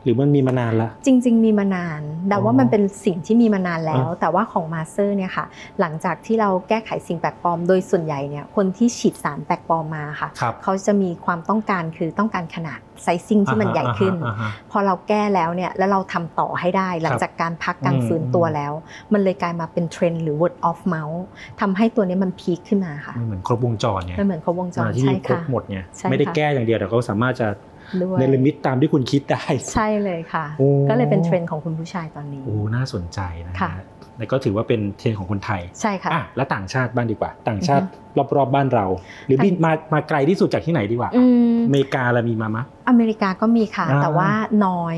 J: หรือมันมีมานานละ
D: จริง ๆ มีมานานเดาว่ามันเป็นสิ่งที่มีมานานแล้ว
J: อ่ะ
D: แต่ว่าของมาสเตอร์เนี่ยค่ะ หลังจากที่เราแก้ไขสิ่งแปลกปลอม โดยส่วนใหญ่เนี่ย คนที่ฉีดสารแปลกปลอมมาค่ะ
J: ครับ
D: เขาจะมีความต้องการคือต้องการขนาดไซซิ่งที่มันใหญ่ขึ้น
J: อ่าฮะ
D: พอเราแก้แล้วเนี่ยแล้วเราทำต่อให้ได้ หลังจากการพักการ
J: อืม
D: ฟื้นตัวแล้ว มันเลยกลายมาเป็นเทรนด์หรือ word of mouth ทำให้ตัวเนี้ยมันพีคขึ้นมาค่ะ
J: มันเหมือนครบวงจรไง
D: มันเหมือนครบวงจร
J: อ่าที่
D: ใช่
J: ครบ
D: ค่ะ
J: หมดไง
D: ใช่ค่ะ
J: ไม่ได้แก้อย่างเดียวแต่เขาสามารถจะ
D: ด้วย
J: ในลิมิตตามที่คุณคิดได้
D: ใช่เลยค่ะ
J: โอ้
D: ก็เลยเป็นเทรนด์ของคุณผู้ชายตอนนี้
J: โอ้น่าสนใจนะ
D: ค่ะ
J: แล้วก็ถือว่าเป็นเทรนด์ของคนไทย
D: ใช่ค่ะ
J: อ่ะแล้วต่างชาติบ้างดีกว่า ต่างชาติ
D: อื
J: รอบๆบบ้านเรา หรือ
D: ต่าง
J: บินมามาไกลที่สุดจากที่ไหนดีกว่า
D: อืม
J: อเมริกาเรามีมามะ
D: อเมริกาก็มีค่ะ
J: อ่า
D: แต่ว่าน้อย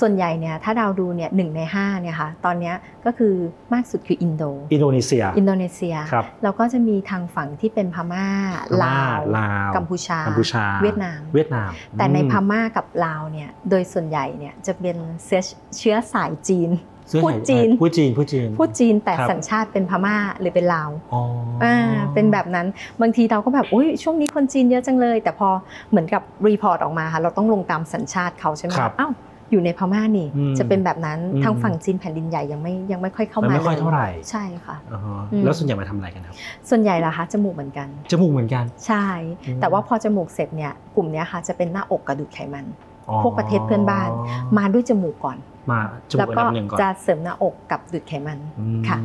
D: ส่วนใหญ่เนี่ยถ้าเราดูเนี่ยหนึ่งในห้าเนี่ยค่ะตอนเนี้ยก็คือมากสุดคืออินโด
J: อินโดนีเซีย
D: อินโดนีเซีย
J: ครับ
D: แล้วก็จะมีทางฝั่งที่เป็นพม่า
J: พม่า
D: ลาว
J: ลาว
D: กัมพูชา
J: กัมพูชา
D: เวียดนาม
J: เวียดนาม
D: แต่ในพ
J: อื
D: ม่ากับลาวเนี่ยโดยส่วนใหญ่เนี่ยจะเป็นเชื้อเชื้อสายจีน
J: เชื้อสาย
D: พูดจีน
J: พูดจีนพูดจีน
D: พูดจีนแต่
J: ครับ
D: สัญชาติเป็นพม่าหรือเป็นลาว
J: อ๋ออ
D: ่าเป็นแบบนั้นบางทีเราก็แบบอุ้ยช่วงนี้คนจีนเยอะจังเลย แต่พอเหมือนกับรีพอร์ตออกมาค่ะเราต้องลงตามสัญชาติเขาใช่ไหม
J: ครับ
D: อ้าว อยู่ในพม่านี่
J: อืม
D: จะเป็นแบบนั้น
J: อืม
D: ทางฝั่งจีนแผ่นดินใหญ่ยังไม่ยังไม่ค่อยเข้า
J: มัน
D: มา
J: ไม่ค่อย
D: ล
J: เท่าไหร่
D: ใช่ค่ะ
J: อ่าฮะ
D: อืม
J: แล้วส่วนใหญ่มาทำอะไรกันครับ
D: ส่วนใหญ่ล่ะคะจมูกเหมือนกัน
J: จมูกเหมือนกัน
D: ใช่
J: อืม
D: แต่ว่าพอจมูกเสร็จเนี่ยกลุ่มเนี้ยค่ะจะเป็นหน้าอกกระดูกไขมัน
J: อ๋อ
D: พวกประเทศเพื่อนบ้าน มาด้วยจมูกก่อน
J: มาจมู
D: แล้
J: ก
D: ว
J: อัน
D: ก็
J: ดับหนึ่งก่อน
D: จะเสริมหน้าอกกับดูดไขมัน
J: อืม
D: ค่ะ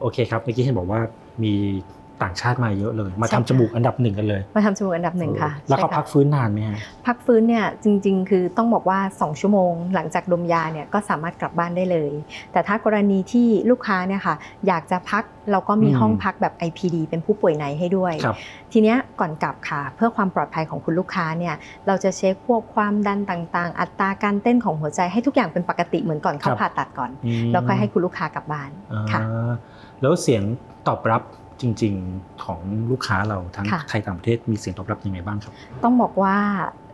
J: โอเคครับเมื่อกี้เห็นบอกว่ามีต่างชาติมาเยอะเลย มาทำจมูกอันดับหนึ่งกันเลย
D: มาทำจมูกอันดับหนึ่งค่ะ
J: แล้วก็
D: ใช่ค่ะ
J: พักฟื้นนานไหมฮะ
D: พักฟื้นเนี่ยจริงๆ คือต้องบอกว่า 2 ชั่วโมง หลังจากดมยาเนี่ยก็สามารถกลับบ้านได้เลย แต่ถ้ากรณีที่ลูกค้าเนี่ยค่ะอยากจะพักเราก็มี
J: อืม
D: ห้องพักแบบ IPD เป็นผู้ป่วยในให้ด้วย
J: ครับ
D: ทีเนี้ยก่อนกลับค่ะ เพื่อความปลอดภัยของคุณลูกค้าเนี่ยเราจะเช็คพวกความดันต่างๆ อัตราการเต้นของหัวใจให้ทุกอย่างเป็นปกติเหมือนก่อนเข้าผ่าตัดก่อน
J: อืม
D: แล้วค่อยให้คุณลูกค้ากลับบ้าน
J: อ่าแล้วเสียงตอบรับจริง ๆของลูกค้าเราทั้ง
D: ค่ะ
J: ไทยต่างประเทศมีเสียงตอบรับยังไงบ้างครับ
D: ต้องบอกว่า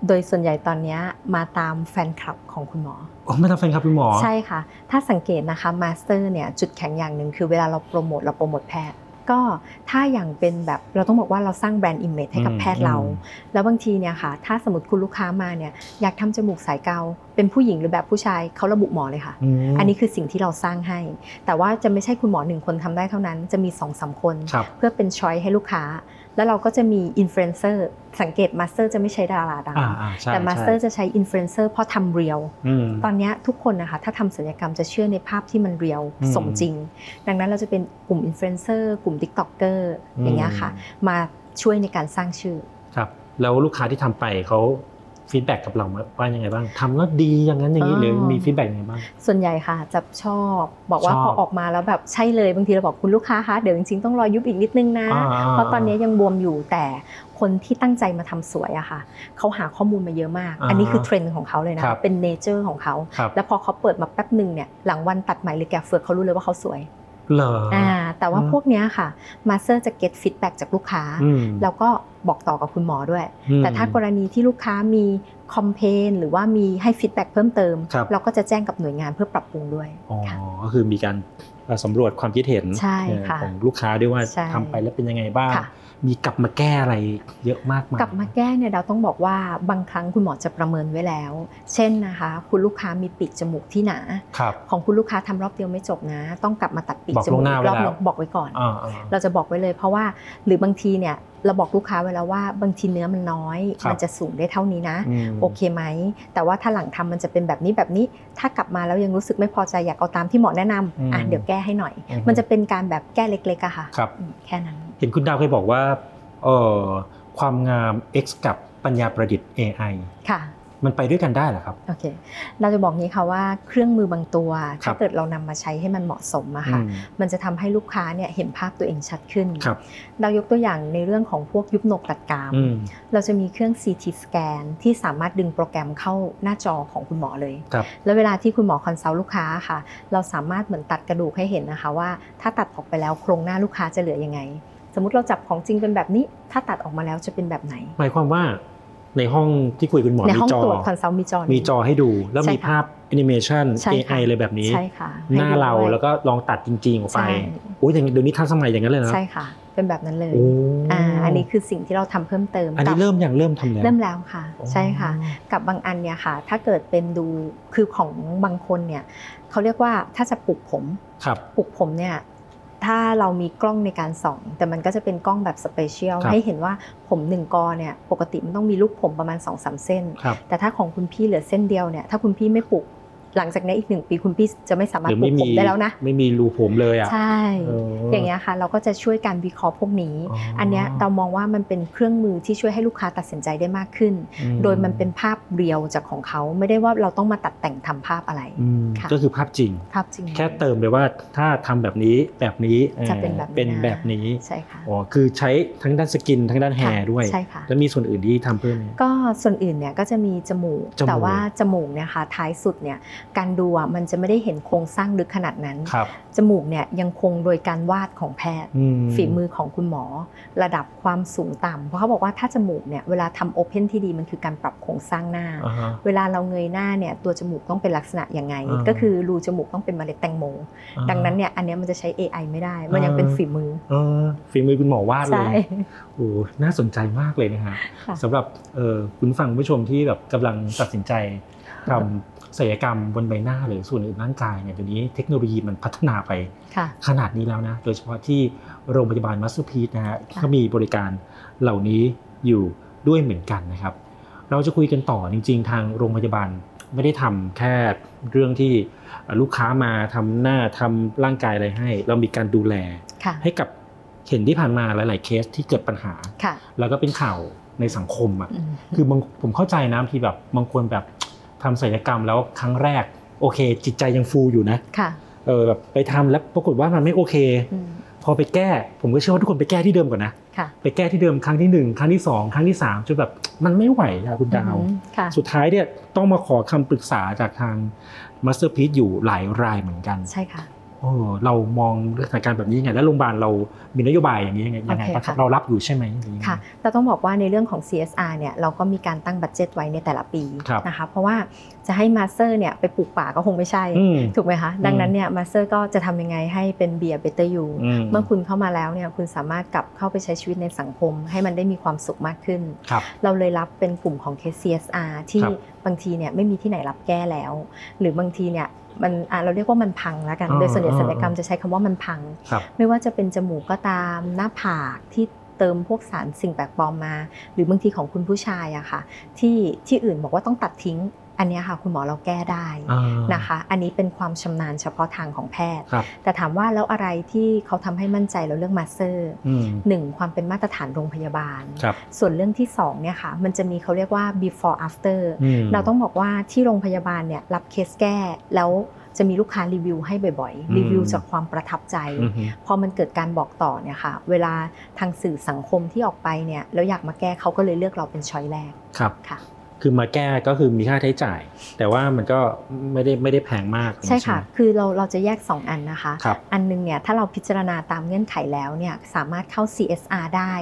D: โดยส่วนใหญ่ตอนเนี้ยมาตามแฟนคลับของคุณหมอ
J: โอ้ไม่ทำแฟนครับคุณหมอ
D: ใช่ค่ะ ถ้าสังเกตนะคะมาสเตอร์เนี่ยจุดแข็งอย่างหนึ่งคือเวลาเราโปรโมทเราโปรโมทแพทย์ ก็ถ้าอย่างเป็นแบบเราต้องบอกว่าเราสร้างแบรนด์อิมเมจให้กับ
J: อืม
D: แพทย์เรา
J: อืม
D: แล้วบางทีเนี่ยค่ะ ถ้าสมมติคุณลูกค้ามาเนี่ยอยากทำจมูกสายเกา เป็นผู้หญิงหรือแบบผู้ชายเขาระบุหมอเลยค่ะ
J: ม
D: อันนี้คือสิ่งที่เราสร้างให้ แต่ว่าจะไม่ใช่คุณหมอหนึ่งคนทำได้เท่านั้นจะมี2องสามคน
J: ครับ
D: เพื่อเป็นช้อยให้ลูกค้า แล้วเราก็จะมีอินฟลูเอนเซอร์สังเกตมาสเตอร์จะไม่ใช้ดาราดัง
J: อ่าอ่าใช่
D: แต่มาสเตอร์
J: ใช่
D: จะใช้อินฟลูเอนเซอร์เพราะทำเรียว
J: อืม
D: ตอนเนี้ยทุกคนนะคะถ้าทำศัลยกรรมจะเชื่อในภาพที่มันเรียว
J: อืม
D: สมจริง ดังนั้นเราจะเป็นกลุ่มอินฟลูเอนเซอร์กลุ่ม t ิ k t o k เกอร์
J: อืม
D: อย่างเงี้ยค่ะ มาช่วยในการสร้างชื่อ
J: ครับแล้วลูกค้าที่ทำไปเขาฟีดแบ็กกับเราว่ายังไงบ้างทำแล้วดีอย่างนั้นอย่างนี้
D: อ๋อ
J: หรือมีฟีดแบ็กยังไงบ้าง
D: ส่วนใหญ่ค่ะจะชอบบอกว่า
J: ชอบ
D: พอออกมาแล้วแบบใช่เลยบางทีเราบอกคุณลูกค้าคะเดี๋ยวจริงๆต้องรอยุบอีกนิดนึงนะ
J: อ่า
D: เพราะตอนเนี้ยยังบวมอยู่แต่คนที่ตั้งใจมาทำสวยอะค่ะเขาหาข้อมูลมาเยอะมาก
J: อ่า
D: อันนี้คือเทรนด์ของเขาเลยนะครับ เป็นเนเจอร์ของเขา
J: ครับ
D: แล้วพอเขาเปิดมาแป๊บหนึ่งเนี่ยหลังวันตัดไหมหรือแกะเฟือกเขารู้เลยว่าเขาสวย
J: เหรออ
D: อ่าแต่ว่า
J: อืม
D: พวกเนี้ยค่ะมาสเตอร์จะเก็ตฟีดแบ็จากลูกค้า
J: อืม
D: แล้วก็บอกต่อกับคุณหมอด้วย
J: อืม
D: แต่ถ้ากรณีที่ลูกค้ามีคอมเพนหรือว่ามีให้ฟีดแบ็เพิ่มเติม
J: ครับ
D: เราก็จะแจ้งกับหน่วยงานเพื่อปรับปรุงด้วย
J: อ๋อก็คือมีการเอ่อสำรวจความคิดเห็น
D: ใช่ค่ะ
J: ของลูกค้าด้วยว่า
D: ใช่
J: ทำไปแล้วเป็นยังไงบ้าง
D: ค่ะ
J: มีกลับมาแก้อะไรเยอะมากมาย
D: กลับมาแก้เนี่ยเราต้องบอกว่าบางครั้งคุณหมอจะประเมินไว้แล้ว เช่นนะคะ คุณลูกค้ามีปีกจมูกที่หนา
J: ครับ
D: ของคุณลูกค้าทำรอบเดียวไม่จบนะ ต้องกลับมาตัดปีก
J: บอก
D: จมู
J: ล่ว
D: ก
J: งหน้า
D: อี
J: ไว้
D: กรอบ
J: แล้ว
D: นึงบอกไว้ก่อน
J: อ่าๆ
D: เราจะบอกไว้เลยเพราะว่าหรือบางทีเนี่ยเราบอกลูกค้าไว้แล้วว่าบางทีเนื้อมันน้อย
J: ครับ
D: มัจะสูงได้เท่านี้นะ
J: อืม
D: โอเคไหม แต่ว่าถ้าหลังทำมันจะเป็นแบบนี้แบบนี้ ถ้ากลับมาแล้วยังรู้สึกไม่พอใจอยากเอาตามที่หมอแนะนำ
J: อืม
D: อ่ะเดี๋ยวแก้ให้หน่อย
J: อืม
D: มันจะเป็นการแบบแก้เล็กๆอะค่ะ
J: ครับ
D: อืมแค่นั้น
J: เห็นคุณดาวเคยบอกว่าเออความงาม X กับปัญญาประดิษฐ์ AI
D: ค่ะ
J: มันไปด้วยกันได้เหรอครับ
D: โอเค เราจะบอกงี้ค่ะว่าเครื่องมือบางตัว
J: ครั
D: ถ้า
J: บ
D: เกิดเรานำมาใช้ให้มันเหมาะสมอะค่ะ
J: อืม
D: มันจะทำให้ลูกค้าเนี่ยเห็นภาพตัวเองชัดขึ้น
J: ครับ
D: เรายกตัวอย่างในเรื่องของพวกยุบหนกตัดกราม
J: อืม
D: เราจะมีเครื่อง CT สแกนที่สามารถดึงโปรแกรมเข้าหน้าจอของคุณหมอเลย
J: ครับ
D: แล้วเวลาที่คุณหมอคอนซัลท์ลูกค้าค่ะ เราสามารถเหมือนตัดกระดูกให้เห็นนะคะว่า ถ้าตัดออกไปแล้วโครงหน้าลูกค้าจะเหลือยังไง สมมติเราจับของจริงเป็นแบบนี้ ถ้าตัดออกมาแล้วจะเป็นแบบไหน
J: หมายความว่าในห้องที่คุยกับคุณหมอ
D: ใน
J: มี
D: ห้อง
J: จอ
D: ตรวจ consult มีจอนี้
J: มีจอให้ดู แล้ว
D: ใช่
J: มี
D: ค่ะ
J: ภาพแอนิเมชัน
D: ใช่ค่ะ
J: AI เลยแบบนี้
D: ใช่ค่ะ
J: หน้า
D: ให้ดู
J: เรา
D: ด้วย
J: แล้วก็ลองตัดจริงๆออกไป
D: ใช่
J: โอ้ยอย่างเดี๋ยวนี้ทันสมัยอย่างนั้นเลยนะ
D: ใช่ค่ะ เป็นแบบนั้นเลย
J: โอ้
D: อ่าอันนี้คือสิ่งที่เราทำเพิ่มเติม
J: อันนี้
D: กับ
J: เริ่มอย่างเริ่มทำแล้ว
D: เริ่มแล้วค่ะ ใช่ค่ะ กับบางอันเนี่ยค่ะ ถ้าเกิดเป็นดูคือของบางคนเนี่ยเขาเรียกว่าถ้าจะปลูกผม
J: ครับ
D: ปลูกผมเนี่ยถ้าเรามีกล้องในการส่อง แต่มันก็จะเป็นกล้องแบบสเปเชียล
J: ครับ
D: ให้เห็นว่าผมหนึ่งกอเนี่ยปกติมันต้องมีลูกผมประมาณ2อสเส้น
J: ครับ
D: แต่ถ้าของคุณพี่เหลือเส้นเดียวเนี่ยถ้าคุณพี่ไม่ปลูกหลังจากนี้อีกหนึ่งปีคุณพี่จะไม่สา
J: ห
D: มารถ
J: รือ
D: ปลู
J: ไม่
D: กผ
J: มี
D: มได้แล้วนะ
J: ไม่มีรูผมเลยอ่ะ
D: ใช่
J: เอออ
D: อย่างเงี้ยค่ะ เราก็จะช่วยการวิเคราะห์พวกนี้
J: อ๋ออั
D: อันเนี้ยเรามองว่ามันเป็นเครื่องมือที่ช่วยให้ลูกค้าตัดสินใจได้มากขึ้น
J: อืม
D: โดยมันเป็นภาพเรียวจากของเขา ไม่ได้ว่าเราต้องมาตัดแต่งทำภาพอะไร
J: อืม
D: ค่ะ
J: ก็คือภาพจริง
D: ภาพจริง
J: แค่เติมไปว่าถ้าทำแบบนี้แบบนี้อ่อ
D: จะเป็นแบบนี้นะ
J: เป็นแบบนี้
D: ใช่ค่ะ
J: อ๋อคือใช้ทั้งด้านสกิน ทั้งด้านแฮร์
D: ค่ะ
J: ด้วย
D: ใช่ค่ะ
J: แล้วมีส่วนอื่นที่ทำเพิ่มไหม
D: ก็ส่วนอื่นเนี่ยก็จะมีจมูก
J: จมูก
D: แต่ว่าจมูกเนี่ยค่ะท้ายสุดเนี่ยการดูอ่ะมันจะไม่ได้เห็นโครงสร้างลึกขนาดนั้น
J: ครับ
D: จมูกเนี่ยยังคงโดยการวาดของแพทย์
J: อืม
D: ฝีมือของคุณหมอ ระดับความสูงต่ำเพราะเขาบอกว่าถ้าจมูกเนี่ยเวลาทำโอเพนที่ดีมันคือการปรับโครงสร้างหน้า
J: อ่าฮะ
D: เวลาเราเงยหน้าเนี่ยตัวจมูกต้องเป็นลักษณะยังไง
J: อ่า
D: ก็คือรูจมูกต้องเป็นเมล็ดแตงโม
J: อ่า
D: ดังนั้นเนี่ยอันเนี้ยมันจะใช้ AI ไม่ได้ มันยัง
J: อ่า
D: เป็นฝีมือ
J: เออฝีมือคุณหมอวาดเล
D: ใช่
J: ย โอ้ น่าสนใจมากเลยนะฮะ
D: ค่ะ
J: สำหรับเอ่อคุณฟังผู้ชมที่แบบกำลังตัดสินใจท ศัลยกรรมบนใบหน้าหรือส่วนอื่นร่างกายเนี่ยเดี๋ยวนี้เทคโนโลยีมันพัฒนาไป
D: ค่ะ
J: ขนาดนี้แล้วนะ โดยเฉพาะที่โรงพยาบาลมัสซูพีนะฮะ
D: ค่ะ
J: ก็มีบริการเหล่านี้อยู่ด้วยเหมือนกันนะครับ เราจะคุยกันต่อจริง ๆ ทางโรงพยาบาลไม่ได้ทำแค่เรื่องที่เอ่อลูกค้ามาทำหน้าทำร่างกายอะไรให้ เรามีการดูแล
D: ค่ะ
J: ให้กับเห็นที่ผ่านมาหลาย ๆ เคสที่เกิดปัญหา
D: ค่ะ
J: แล้วก็เป็นข่าวในสังคมอ่ะ
D: อืม
J: คือบางผมเข้าใจนะบางทีแบบบางคนแบบทำศัลยกรรมแล้วครั้งแรกโอเค จิตใจยังฟูอยู่นะ
D: ค่ะ
J: เออแบบไปทำแล้วปรากฏว่ามันไม่โอเค
D: อืม
J: พอไปแก้ ผมก็เชื่อว่าทุกคนไปแก้ที่เดิมก่อนนะ
D: ค่ะ
J: ไปแก้ที่เดิมครั้งที่หนึ่งครั้งที่สองครั้งที่สามจนแบบมันไม่ไหวอะคุณดาว
D: อืมค่ะ
J: สุดท้ายเนี่ยต้องมาขอคำปรึกษาจากทางมาสเตอร์พี e อยู่หลายรายเหมือนกัน
D: ใช่ค่ะ
J: โอ้เรามองสถานการณ์แบบนี้ยังไง แล้วโรงพยาบาลเรามีนโยบายอย่างนี้ยังไงยังไง
D: โอเคค่ะ
J: เรารับอยู่ใช่ไหมหรือยังไง
D: ค่ะแต่ต้องบอกว่าในเรื่องของ CSR เนี่ยเราก็มีการตั้งบัตเจตไว้ในแต่ละปี
J: ครับ
D: นะคะ เพราะว่าจะให้มาสเตอร์เนี่ยไปปลูกป่าก็คงไม่ใช่
J: อืม
D: ถูกไหมคะ ดังนั้นเนี่ยมาสเตอร์ก็จะทำยังไงให้เป็นเบียร์เบเตอร์ยู
J: อืม
D: เมื่อคุณเข้ามาแล้วเนี่ยคุณสามารถกลับเข้าไปใช้ชีวิตในสังคม ให้มันได้มีความสุขมากขึ้น
J: ครับ
D: เราเลยรับเป็นกลุ่มของเคส CSR ที่
J: ครับ
D: บางทีเนี่ยไม่มีที่ไหนรับแก้แล้ว หรือบางทีเนี่ยมันอ่ะเราเรียกว่ามันพังแล้วกัน โดยส่วนใหญ่
J: อ่า
D: ศัลยกรรมจะใช้คำว่ามันพัง
J: ครับ
D: ไม่ว่าจะเป็นจมูกก็ตามหน้าผากที่เติมพวกสารสิ่งแปลกปลอมมา หรือบางทีของคุณผู้ชายอะค่ะ ที่ที่อื่นบอกว่าต้องตัดทิ้ง อันเนี้ยค่ะ คุณหมอเราแก้ได้
J: อ่าน
D: นะคะ อันนี้เป็นความชำนาญเฉพาะทางของแพทย์
J: ครับ
D: แต่ถามว่าแล้วอะไรที่เขาทำให้มั่นใจเราเรื่องมาสเตอร์
J: อืม
D: หนึ่งความเป็นมาตรฐานโรงพยาบาล
J: ครับ
D: ส่วนเรื่องที่สองเนี่ยค่ะมันจะมีเขาเรียกว่า before after
J: อืม
D: เราต้องบอกว่าที่โรงพยาบาลเนี่ยรับเคสแก้แล้วจะมีลูกค้ารีวิวให้บ่อยๆ รีวิวจากความประทับใจ
J: อือฮึ
D: พอมันเกิดการบอกต่อเนี่ยค่ะเวลาทางสื่อสังคมที่ออกไปเนี่ยแล้วอยากมาแก้เขาก็เลยเลือกเราเป็นช้อยแรก
J: ครับ
D: ค่ะ
J: คือมาแก้ก็คือมีค่าใช้จ่าย แต่ว่ามันก็ไม่ได้ไม่ได้แพงมาก
D: ใช่ค่ะ
J: ไหม
D: คือเราเราจะแยก 2 อันนะคะ
J: ครับ
D: อันหนึงเนี่ยถ้าเราพิจารณาตามเงื่อนไขแล้วเนี่ยสามารถเข้า CSR ได้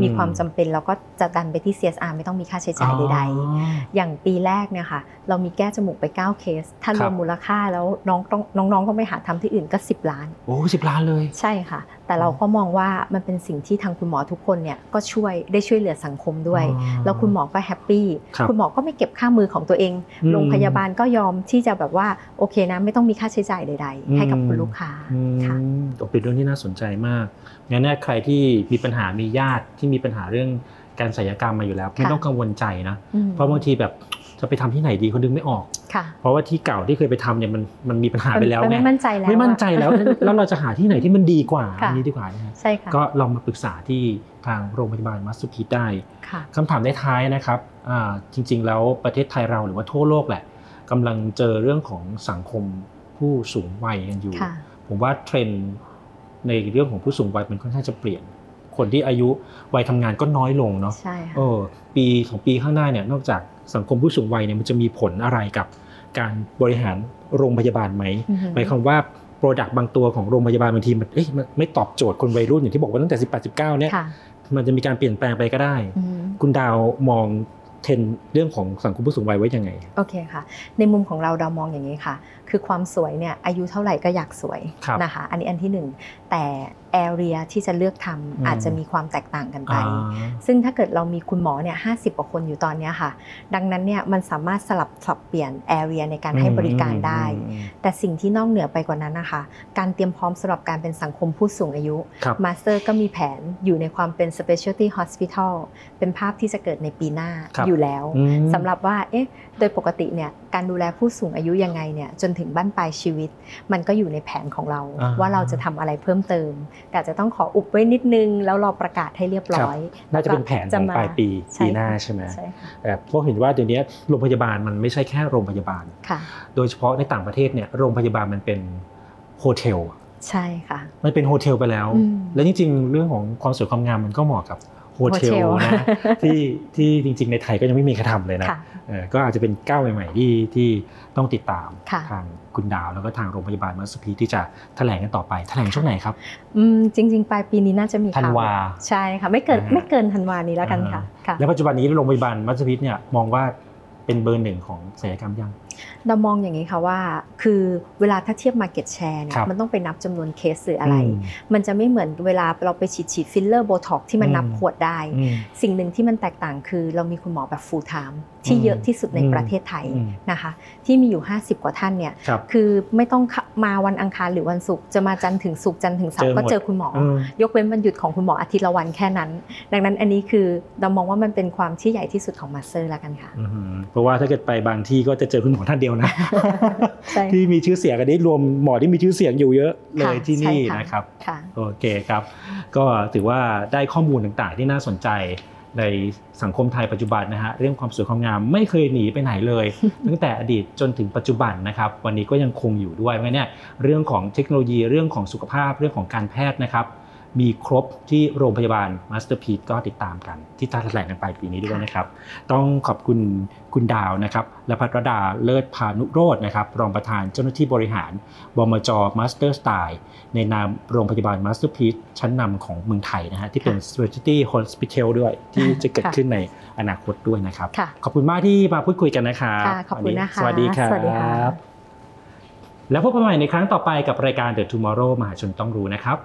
D: มี
J: อืม
D: ความจำเป็นเราก็จะดันไปที่ CSR ไม่ต้องมีค่าใช้จ่ายใดๆ
J: อ๋อ
D: อย่างปีแรกเนี่ยค่ะเรามีแก้จมูกไป 9 เคส ถ้าร
J: ครั
D: ว
J: บ
D: มมูลค่าแล้วน้องต้องน้องๆต้องไปหาทำที่อื่นก็ 10 ล้าน
J: โอ้สิบล้านเลย
D: ใช่ค่ะ แต่เราก็มองว่ามันเป็นสิ่งที่ทางคุณหมอทุกคนเนี่ยก็ช่วยได้ช่วยเหลือสังคมด้วย
J: อ๋อ
D: แล้วคุณหมอก็แฮปปี้
J: ครับ
D: ณหมอก็ไม่เก็บค่ามือของตัวเอง
J: อืม
D: โรงพยาบาลก็ยอมที่จะแบบว่าโอเคนะไม่ต้องมีค่าใช้จ่ายใด
J: อืม
D: ๆ ให้กับคุณลูกค้า
J: อืมโอ้เป็นเรื่องที่น่าสนใจมากงั้นเนี่ยใครที่มีปัญหามีญาติที่มีปัญหาเรื่องการศัลยกรรมมาอยู่แล้ว ไม่ต้องกังวลใจนะ
D: อืม
J: เพราะบางทีแบบจะไปทำที่ไหนดีคนดึงไม่ออก
D: ค่ะ
J: เพราะว่าที่เก่าที่เคยไปทำเนี่ยมันมันมีปัญหาไปแล้ว
D: มัน
J: ไง
D: ไม่มั่นใจแล้ว
J: ไม่มั่นใจแล้ว
D: อะ
J: แล้วเราจะหาที่ไหนที่มันดีกว่าอั
D: ค่ะ
J: นนี้ดีกว่านะฮะ
D: ใช่ค่ะ
J: ก็ลองมาปรึกษาที่ทางโรงพยาบาลมัสสุพีได้
D: ค่ะ
J: คำถามในท้ายนะครับอ่าจริง ๆ แล้วประเทศไทยเราหรือว่าทั่วโลกแหละกำลังเจอเรื่องของสังคมผู้สูงวัยกันอยู่
D: ค่ะ
J: ผมว่าเทรนด์ในเรื่องของผู้สูงวัยมันค่อนข้างจะเปลี่ยน คนที่อายุวัยทำงานก็น้อยลงเนาะ
D: ใช่ค่ะ
J: เออปีของปีข้างหน้าเนี่ยนอกจากสังคมผู้สูงวัยเนี่ยมันจะมีผลอะไรกับการบริหารโรงพยาบาลไหม
D: อือฮึ
J: หมายความว่าโปรดักต์บางตัวของโรงพยาบาลบางทีมันเอ๊ะมันไม่ตอบโจทย์คนวัยรุ่นอย่างที่บอกว่าตั้งแต่ 18 19เนี่ย
D: ค่ะ
J: มันจะมีการเปลี่ยนแปลงไปก็ได้
D: อืม
J: คุณดาวมองเทรนด์เรื่องของสังคมผู้สูงวัยไว้ยังไง
D: โอเคค่ะ ในมุมของเราเรามองอย่างนี้ค่ะ คือความสวยเนี่ยอายุเท่าไหร่ก็อยากสวย
J: ครับ
D: นะคะ อันนี้อันที่หนึ่งแต่แอเรียที่จะเลือกทำ
J: ม
D: อาจจะมีความแตกต่างกันไป
J: อ่า
D: ซึ่งถ้าเกิดเรามีคุณหมอเนี่ยห้กว่าคนอยู่ตอนเนี้ยค่ะ ดังนั้นเนี่ยมันสามารถสลับสับเปลี่ยนแอเรียในการให้บริการได้
J: อืม
D: แต่สิ่งที่นอกเหนือไปกว่านั้นนะคะ การเตรียมพร้อมสำหรับการเป็นสังคมผู้สูงอายุ
J: ครับ
D: มาสเตอร์ก็มีแผนอยู่ในความเป็น specialty hospital เป็นภาพที่จะเกิดในปีหน้า
J: ครับ
D: อยู่แล้ว
J: อืม
D: สำหรับว่าเอ๊ะโดยปกติเนี่ยการดูแลผู้สูงอายุยังไงเนี่ยจนถึงบั้นปลายชีวิต มันก็อยู่ในแผนของเรา
J: อ่า
D: ว่าเราจะทำอะไรเพิ่มเติม แต่จะต้องขออุบไว้นิดนึง แล้วรอประกาศให้เรียบร้อย
J: ครับน่าจะเป็นแผนของ
D: ม
J: ปลายปี
D: ใช่
J: ปีหน้า
D: ค่ะ
J: ใช่ไหม
D: ใช่ค่ะ
J: แต่เพราะเห็นว่าเดี๋ยวนี้โรงพยาบาลมันไม่ใช่แค่โรงพยาบาล
D: ค่ะ
J: โดยเฉพาะในต่างประเทศเนี่ยโรงพยาบาลมันเป็นโฮเทลอะ
D: ใช่ค่ะ
J: มันเป็นโฮเทลไปแล้ว
D: อืม
J: และจริงๆ เรื่องของความสวยความงามมันก็เหมาะกับโฮเทล
D: โฮเทล <laughs>
J: นะที่ที่จริง ๆ ในไทยก็ยังไม่มีใครทำเลยนะ
D: ค่ะ
J: เอ่อก็อาจจะเป็นก้าวใหม่ ๆ ที่ที่ต้องติดตาม
D: ค่ะ
J: ทางคุณดาวแล้วก็ทางโรงพยาบาลมัสพีที่จะแถลงกันต่อไป แถลงช่วงไหนครับ
D: อืมจริง ๆ ปลายปีนี้น่าจะมี
J: ธันวา
D: ข่ใช่ค่ะไม่เกินไม่เกินธันวานี้แล้วกันค่ะค่ะ
J: และปัจจุบันนี้โรงพยาบาลมัสพีเนี่ยมองว่าเป็นเบอร์หนึ่งของศัลยกรรมยัง
D: เรามองอย่างนี้ค่ะว่า คือเวลาถ้าเทียบ Market Share เนี่ย
J: ครับ
D: มันต้องไปนับจำนวนเคสหรืออะไร
J: อืม
D: มันจะไม่เหมือนเวลาเราไปฉีดฉีดฟิลเลอร์โบท็อกที่มัน
J: อืม
D: นับขวดได้
J: อืม
D: สิ่งหนึ่งที่มันแตกต่างคือ เรามีคุณหมอแบบ full time ที่
J: อืม
D: เยอะที่สุดใน
J: อืม
D: ประเทศไทย
J: อืม
D: นะคะ ที่มีอยู่ 50 กว่าท่านเนี่ย
J: ครับ
D: อไม่ต้องเข้ามาวันอังคารหรือวันศุกร์จะมาจันทร์ถึงศุกร์จันทร์ถึงเสาร์ก็เจอคุณหมอ
J: เจอหมด
D: ยกเว้นวันหยุดของคุณหมออาทิตย์ละวันแค่นั้น ดังนั้นอันนี้คือเรามองว่ามันเป็นความที่ใหญ่ที่สุดของมาสเตอร์แล้วกันค่ะ
J: อืมเพราะว่าถ้าเกิดไปบางที่ก็จะเจอคุณหมอท่านเดียวนะ
D: <laughs> ใช่
J: ที่มีชื่อเสียงกันนี้รวมหมอที่มีชื่อเสียงอยู่เยอะเลยที่นี่
D: ใช่ค่ะ
J: นะครับ
D: ค่ะ
J: โอเคครับ ก็ถือว่าได้ข้อมูลต่างๆ ที่น่าสนใจในสังคมไทยปัจจุบันนะฮะเรื่องความสวยความงามไม่เคยหนีไปไหนเลย
D: <laughs>
J: ตั้งแต่อดีตจนถึงปัจจุบันนะครับ วันนี้ก็ยังคงอยู่ด้วยเพราะฉะนั้นเนี่ยเรื่องของเทคโนโลยีเรื่องของสุขภาพเรื่องของการแพทย์นะครับ มีครบที่โรงพยาบาลมาสเตอร์พีก็ติดตามกัน ที่ตาแถลงกันไปปีนี้ด้วยนะครับ ต้องขอบคุณคุณดาวนะครับและพัทรดาเลิศพานุโรจน์นะครับรองประธานเจ้าหน้าที่บริหารบมจมาสเตอร์สไตล์ในนามโรงพยาบาลมาสเตอร์พีชั้นนำของเมืองไทยนะฮะที่เป็น specialty hospital ด้วย ที่จะเกิด
D: ค่ะ
J: ขึ้นในอนาคตด้วยนะครับ
D: ค่ะ
J: ขอบคุณมากที่มาพูดคุยกันนะครับ
D: ค่ะขอบคุณนะคะ
J: สวัสดีครับ
D: สวัสดีค่ะ
J: แล้วพบกันใหม่ในครั้งต่อไปกับรายการ The Tomorrow มหาชนต้องรู้นะครับ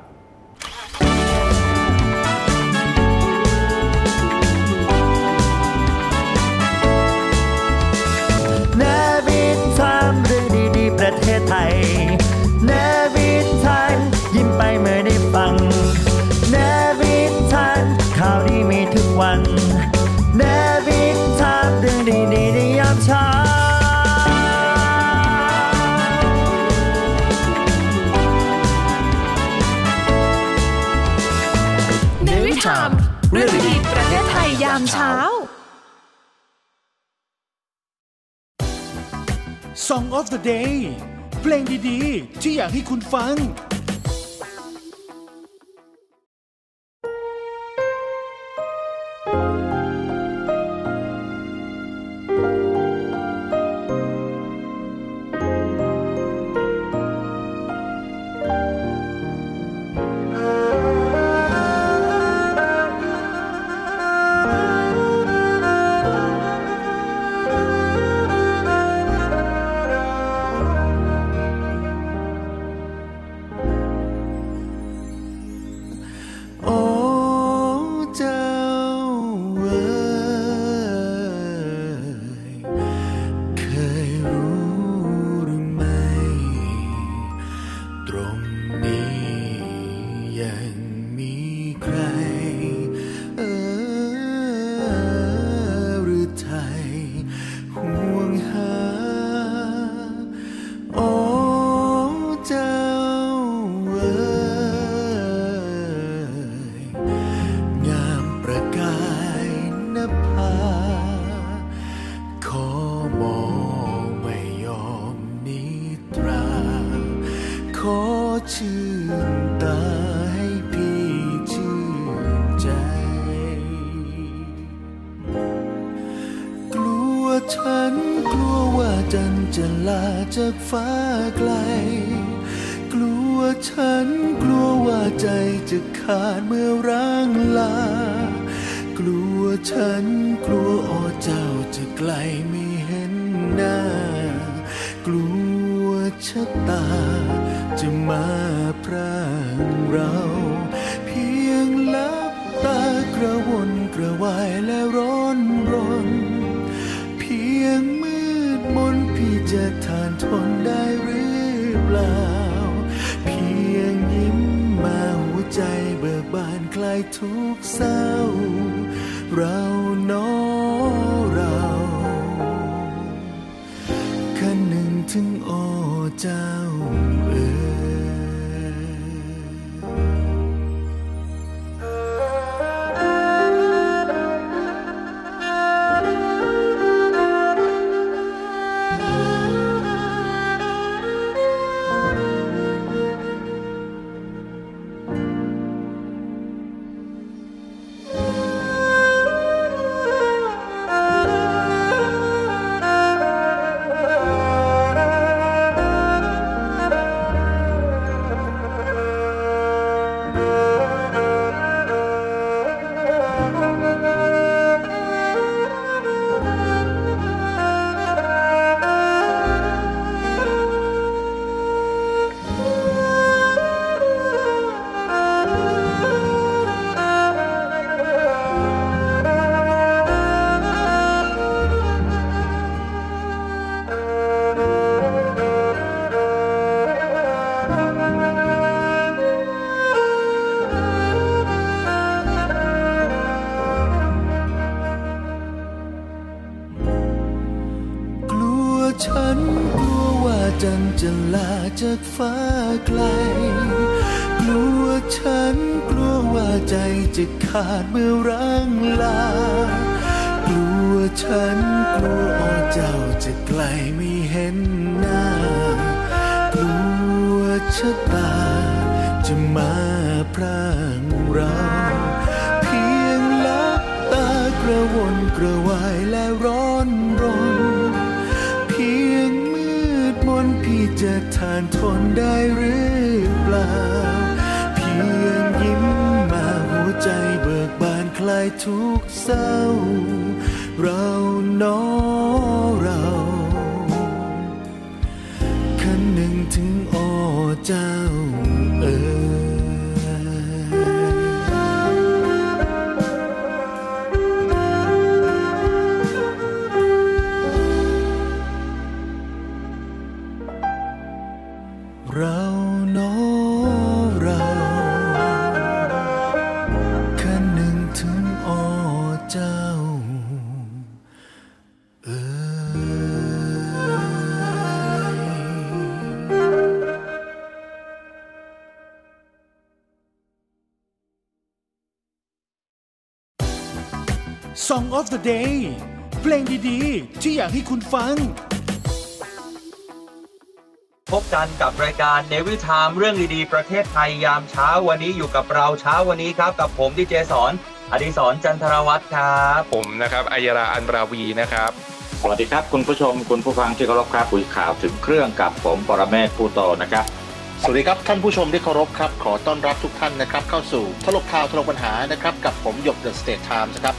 C: นวิดทามเรื่องดีๆ ประเทศไทยนวิดทามยิ้มไปเมื่อได้ฟังนวิดทามข่าวดีมีทุกวันนวิดทามเรื่องดีๆในยามเช้า
A: ในวิถามเรื่องดีๆประเทศไทยยามเช้า
T: Song of the Day เพลงดีๆ ที่อยากให้คุณฟัง โอ้เจ้าเอ๋ยเคยรู้หรือไม่ ตรงนี้ยังมีใคร เออหรือไทยห่วงหา โอ้เจ้าเอ๋ยงามประกายนภา ขอมองไม่ยอมนิตรา ขอชื่นตาให้พี่ชื่นใจ กลัวฉันกลัวว่าจันทร์จะลาจากฟ้าไกล กลัวฉันกลัวว่าใจจะขาดเมื่อร่างลา กลัวฉันกลัวอ้อเจ้าจะไกลไม่เห็นหน้า กลัวชะตาจะมาพรางเรา เพียงหลับตากระวนกระวายและร้อนรน เพียงมืดมนพี่จะทานทนได้หรือเปล่า เพียงยิ้มมาหัวใจเบิกบานคลายทุกเศร้า เราเนอเราคันหนึ่งถึงโอเจ้าเอ๋ย
U: Thank you.
T: จากฟ้าไกล กลัวฉันกลัวว่าใจจะขาดเมื่อร่างลา กลัวฉันกลัวอ้อเจ้าจะไกลไม่เห็นหน้า กลัวชะตาจะมาพรางเรา เพียงลับตากระวนกระวายและร้อนรน เพียงมืดมนพี่จะทานทนได้หรือเปล่า เพียงยิ้มมาหัวใจเบิกบานคลายทุกเศร้า เราหนอเราคันหนึ่งถึงอ้อเจ้าเอ๋ย เราเนอเราคันหนึ่งถึงอ้อเจ้า Song of the Day เพลงดีๆ ที่อยากให้คุณฟัง
E: พบกันกับรายการเนวิทามเรื่องดีๆ ประเทศไทยยามเช้าวันนี้อยู่กับเราเช้าวันนี้ครับ กับผมดีเจสอนอดิสรจันทรวัตรครับ
V: ผมนะครับอัยราอันราวีนะครับ
W: สวัสดีครับคุณผู้ชมคุณผู้ฟังที่เคารพครับคุยข่าวถึงเครื่องกับผมปรเมศผู้โตนะครับ
H: สวัสดีครับท่านผู้ชมที่เคารพครับ ขอต้อนรับทุกท่านนะครับ เข้าสู่ทลกข่าวทลกปัญหานะครับ กับผมหยกเดอะสเตทไทม์นะครับ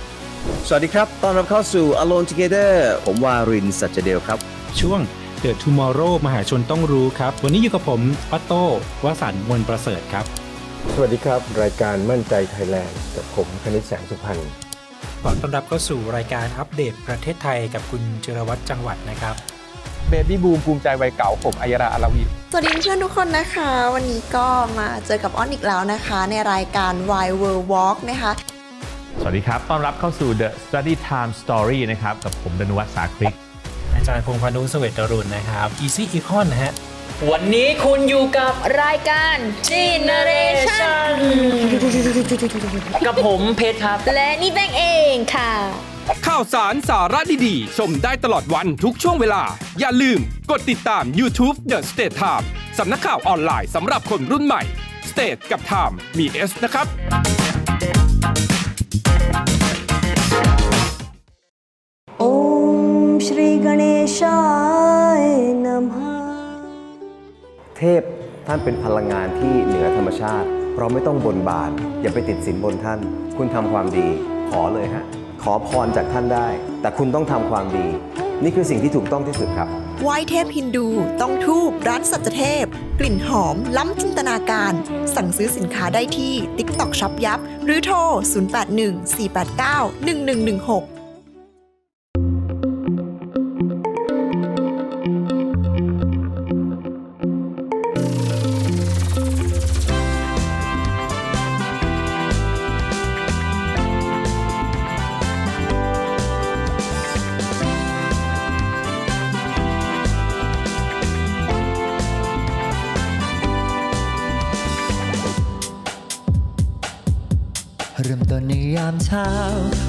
I: สวัสดีครับ ต้อนรับเข้าสู่ Alone Together ผมวารินสัจเดลครับ
J: ช่วง The Tomorrow มหาชนต้องรู้ครับ วันนี้อยู่กับผมออตโต้วสันต์มวลประเสริฐครับ
K: สวัสดีครับ รายการมั่นใจไทยแลนด์กับผมคณิตแสงสุพรรณ
J: ขอต้อนรับเข้าสู่รายการอัปเดตประเทศไทยกับคุณเจรวัตรจังหวัดนะครับ
V: เบบี้บูมภูมิใจวัยเก่าผมอัยราอัลวี
L: สวัสดีเพื่อนทุกคนนะคะ วันนี้ก็มาเจอกับอ้อนอีกแล้วนะคะ ในรายการ Why World Walk นะคะ
X: สวัสดีครับ ต้อนรับเข้าสู่ The Study Time Story นะครับ กับผมดนุวัฒน์สาคริก
J: อาจารย์พงษ์พานุเสเวตรุณนะครับ Easy Econ นะฮะ
N: วันนี้คุณอยู่กับรายการ Generation
O: กับผมเพชรครับ
N: และนี่แบงเองค่ะ
O: ข่าวสารสาระดีๆ ชมได้ตลอดวันทุกช่วงเวลา อย่าลืมกดติดตาม YouTube The State Time สำนักข่าวออนไลน์สำหรับคนรุ่นใหม่ State กับ Time มี S นะครับ
P: ॐ श्री गणेशाय नमः
I: เทพท่านเป็นพลังงานที่เหนือธรรมชาติ เราไม่ต้องบนบาน อย่าไปติดสินบนท่าน คุณทำความดี ขอเลยฮะ ขอพรจากท่านได้ แต่คุณต้องทำความดี นี่คือสิ่งที่ถูกต้องที่สุดครับ
L: ไหว้เทพฮินดู ต้องทูบร้านสัจเทพ กลิ่นหอม ล้ำจินตนาการ สั่งซื้อสินค้าได้ที่ TikTok Shop ยับ หรือโทร 0814891116
C: เริ่มต้นในยามเช้า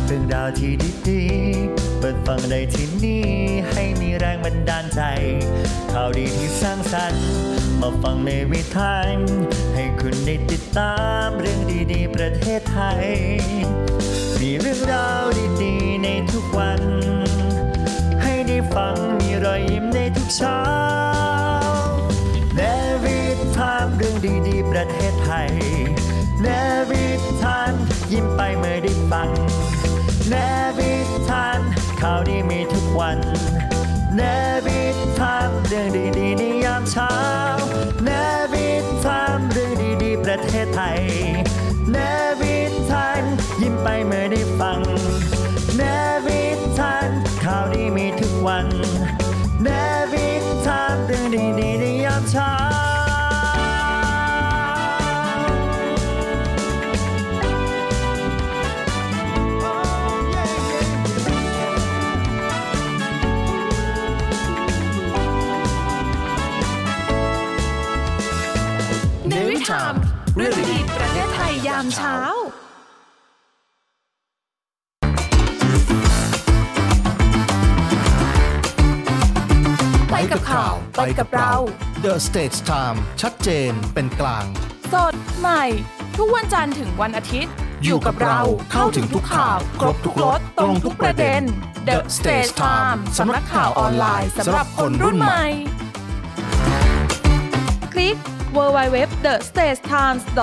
C: เรื่องราวที่ดีๆ เปิดฟังได้ที่นี่ ให้มีแรงบันดาลใจ ข่าวดีที่สร้างสรรค์ มาฟังในวิถีให้คุณได้ติดตามเรื่องดีๆ ประเทศไทย มีเรื่องราวดีๆ ในทุกวัน ให้ได้ฟังมีรอยยิ้มในทุกเช้า เนวิทามเรื่องดีๆ ประเทศไทย เนวิทามยิ้มไปเมื่อได้ฟัง เนวิทามข่าวดีมีทุกวัน เนวิทามเรื่องดีๆในยามเช้า เนวิทามเรื่องดีๆ ประเทศไทย เนวิทามยิ้มไปเมื่อได้ฟัง เนวิทามข่าวดีมีทุกวัน เนวิทามเรื่องดีๆในยามเช้า
T: เ
A: เรื่องดีๆประเทศไทยยามเช้า
B: ไปกับข่าว ไปกับเรา The Stage Time ชัดเจนเป็นกลาง
A: สดใหม่ ทุกวันจันทร์ถึงวันอาทิตย์
B: อยู่กับเราเข้าถึงทุกข่าว ครบทุกรสตรงทุกประเด็น The Stage Time สำนักข่าวออนไลน์สำหรับคนรุ่นใหม่
A: คลิก w w w t h e s t a t e t i m e s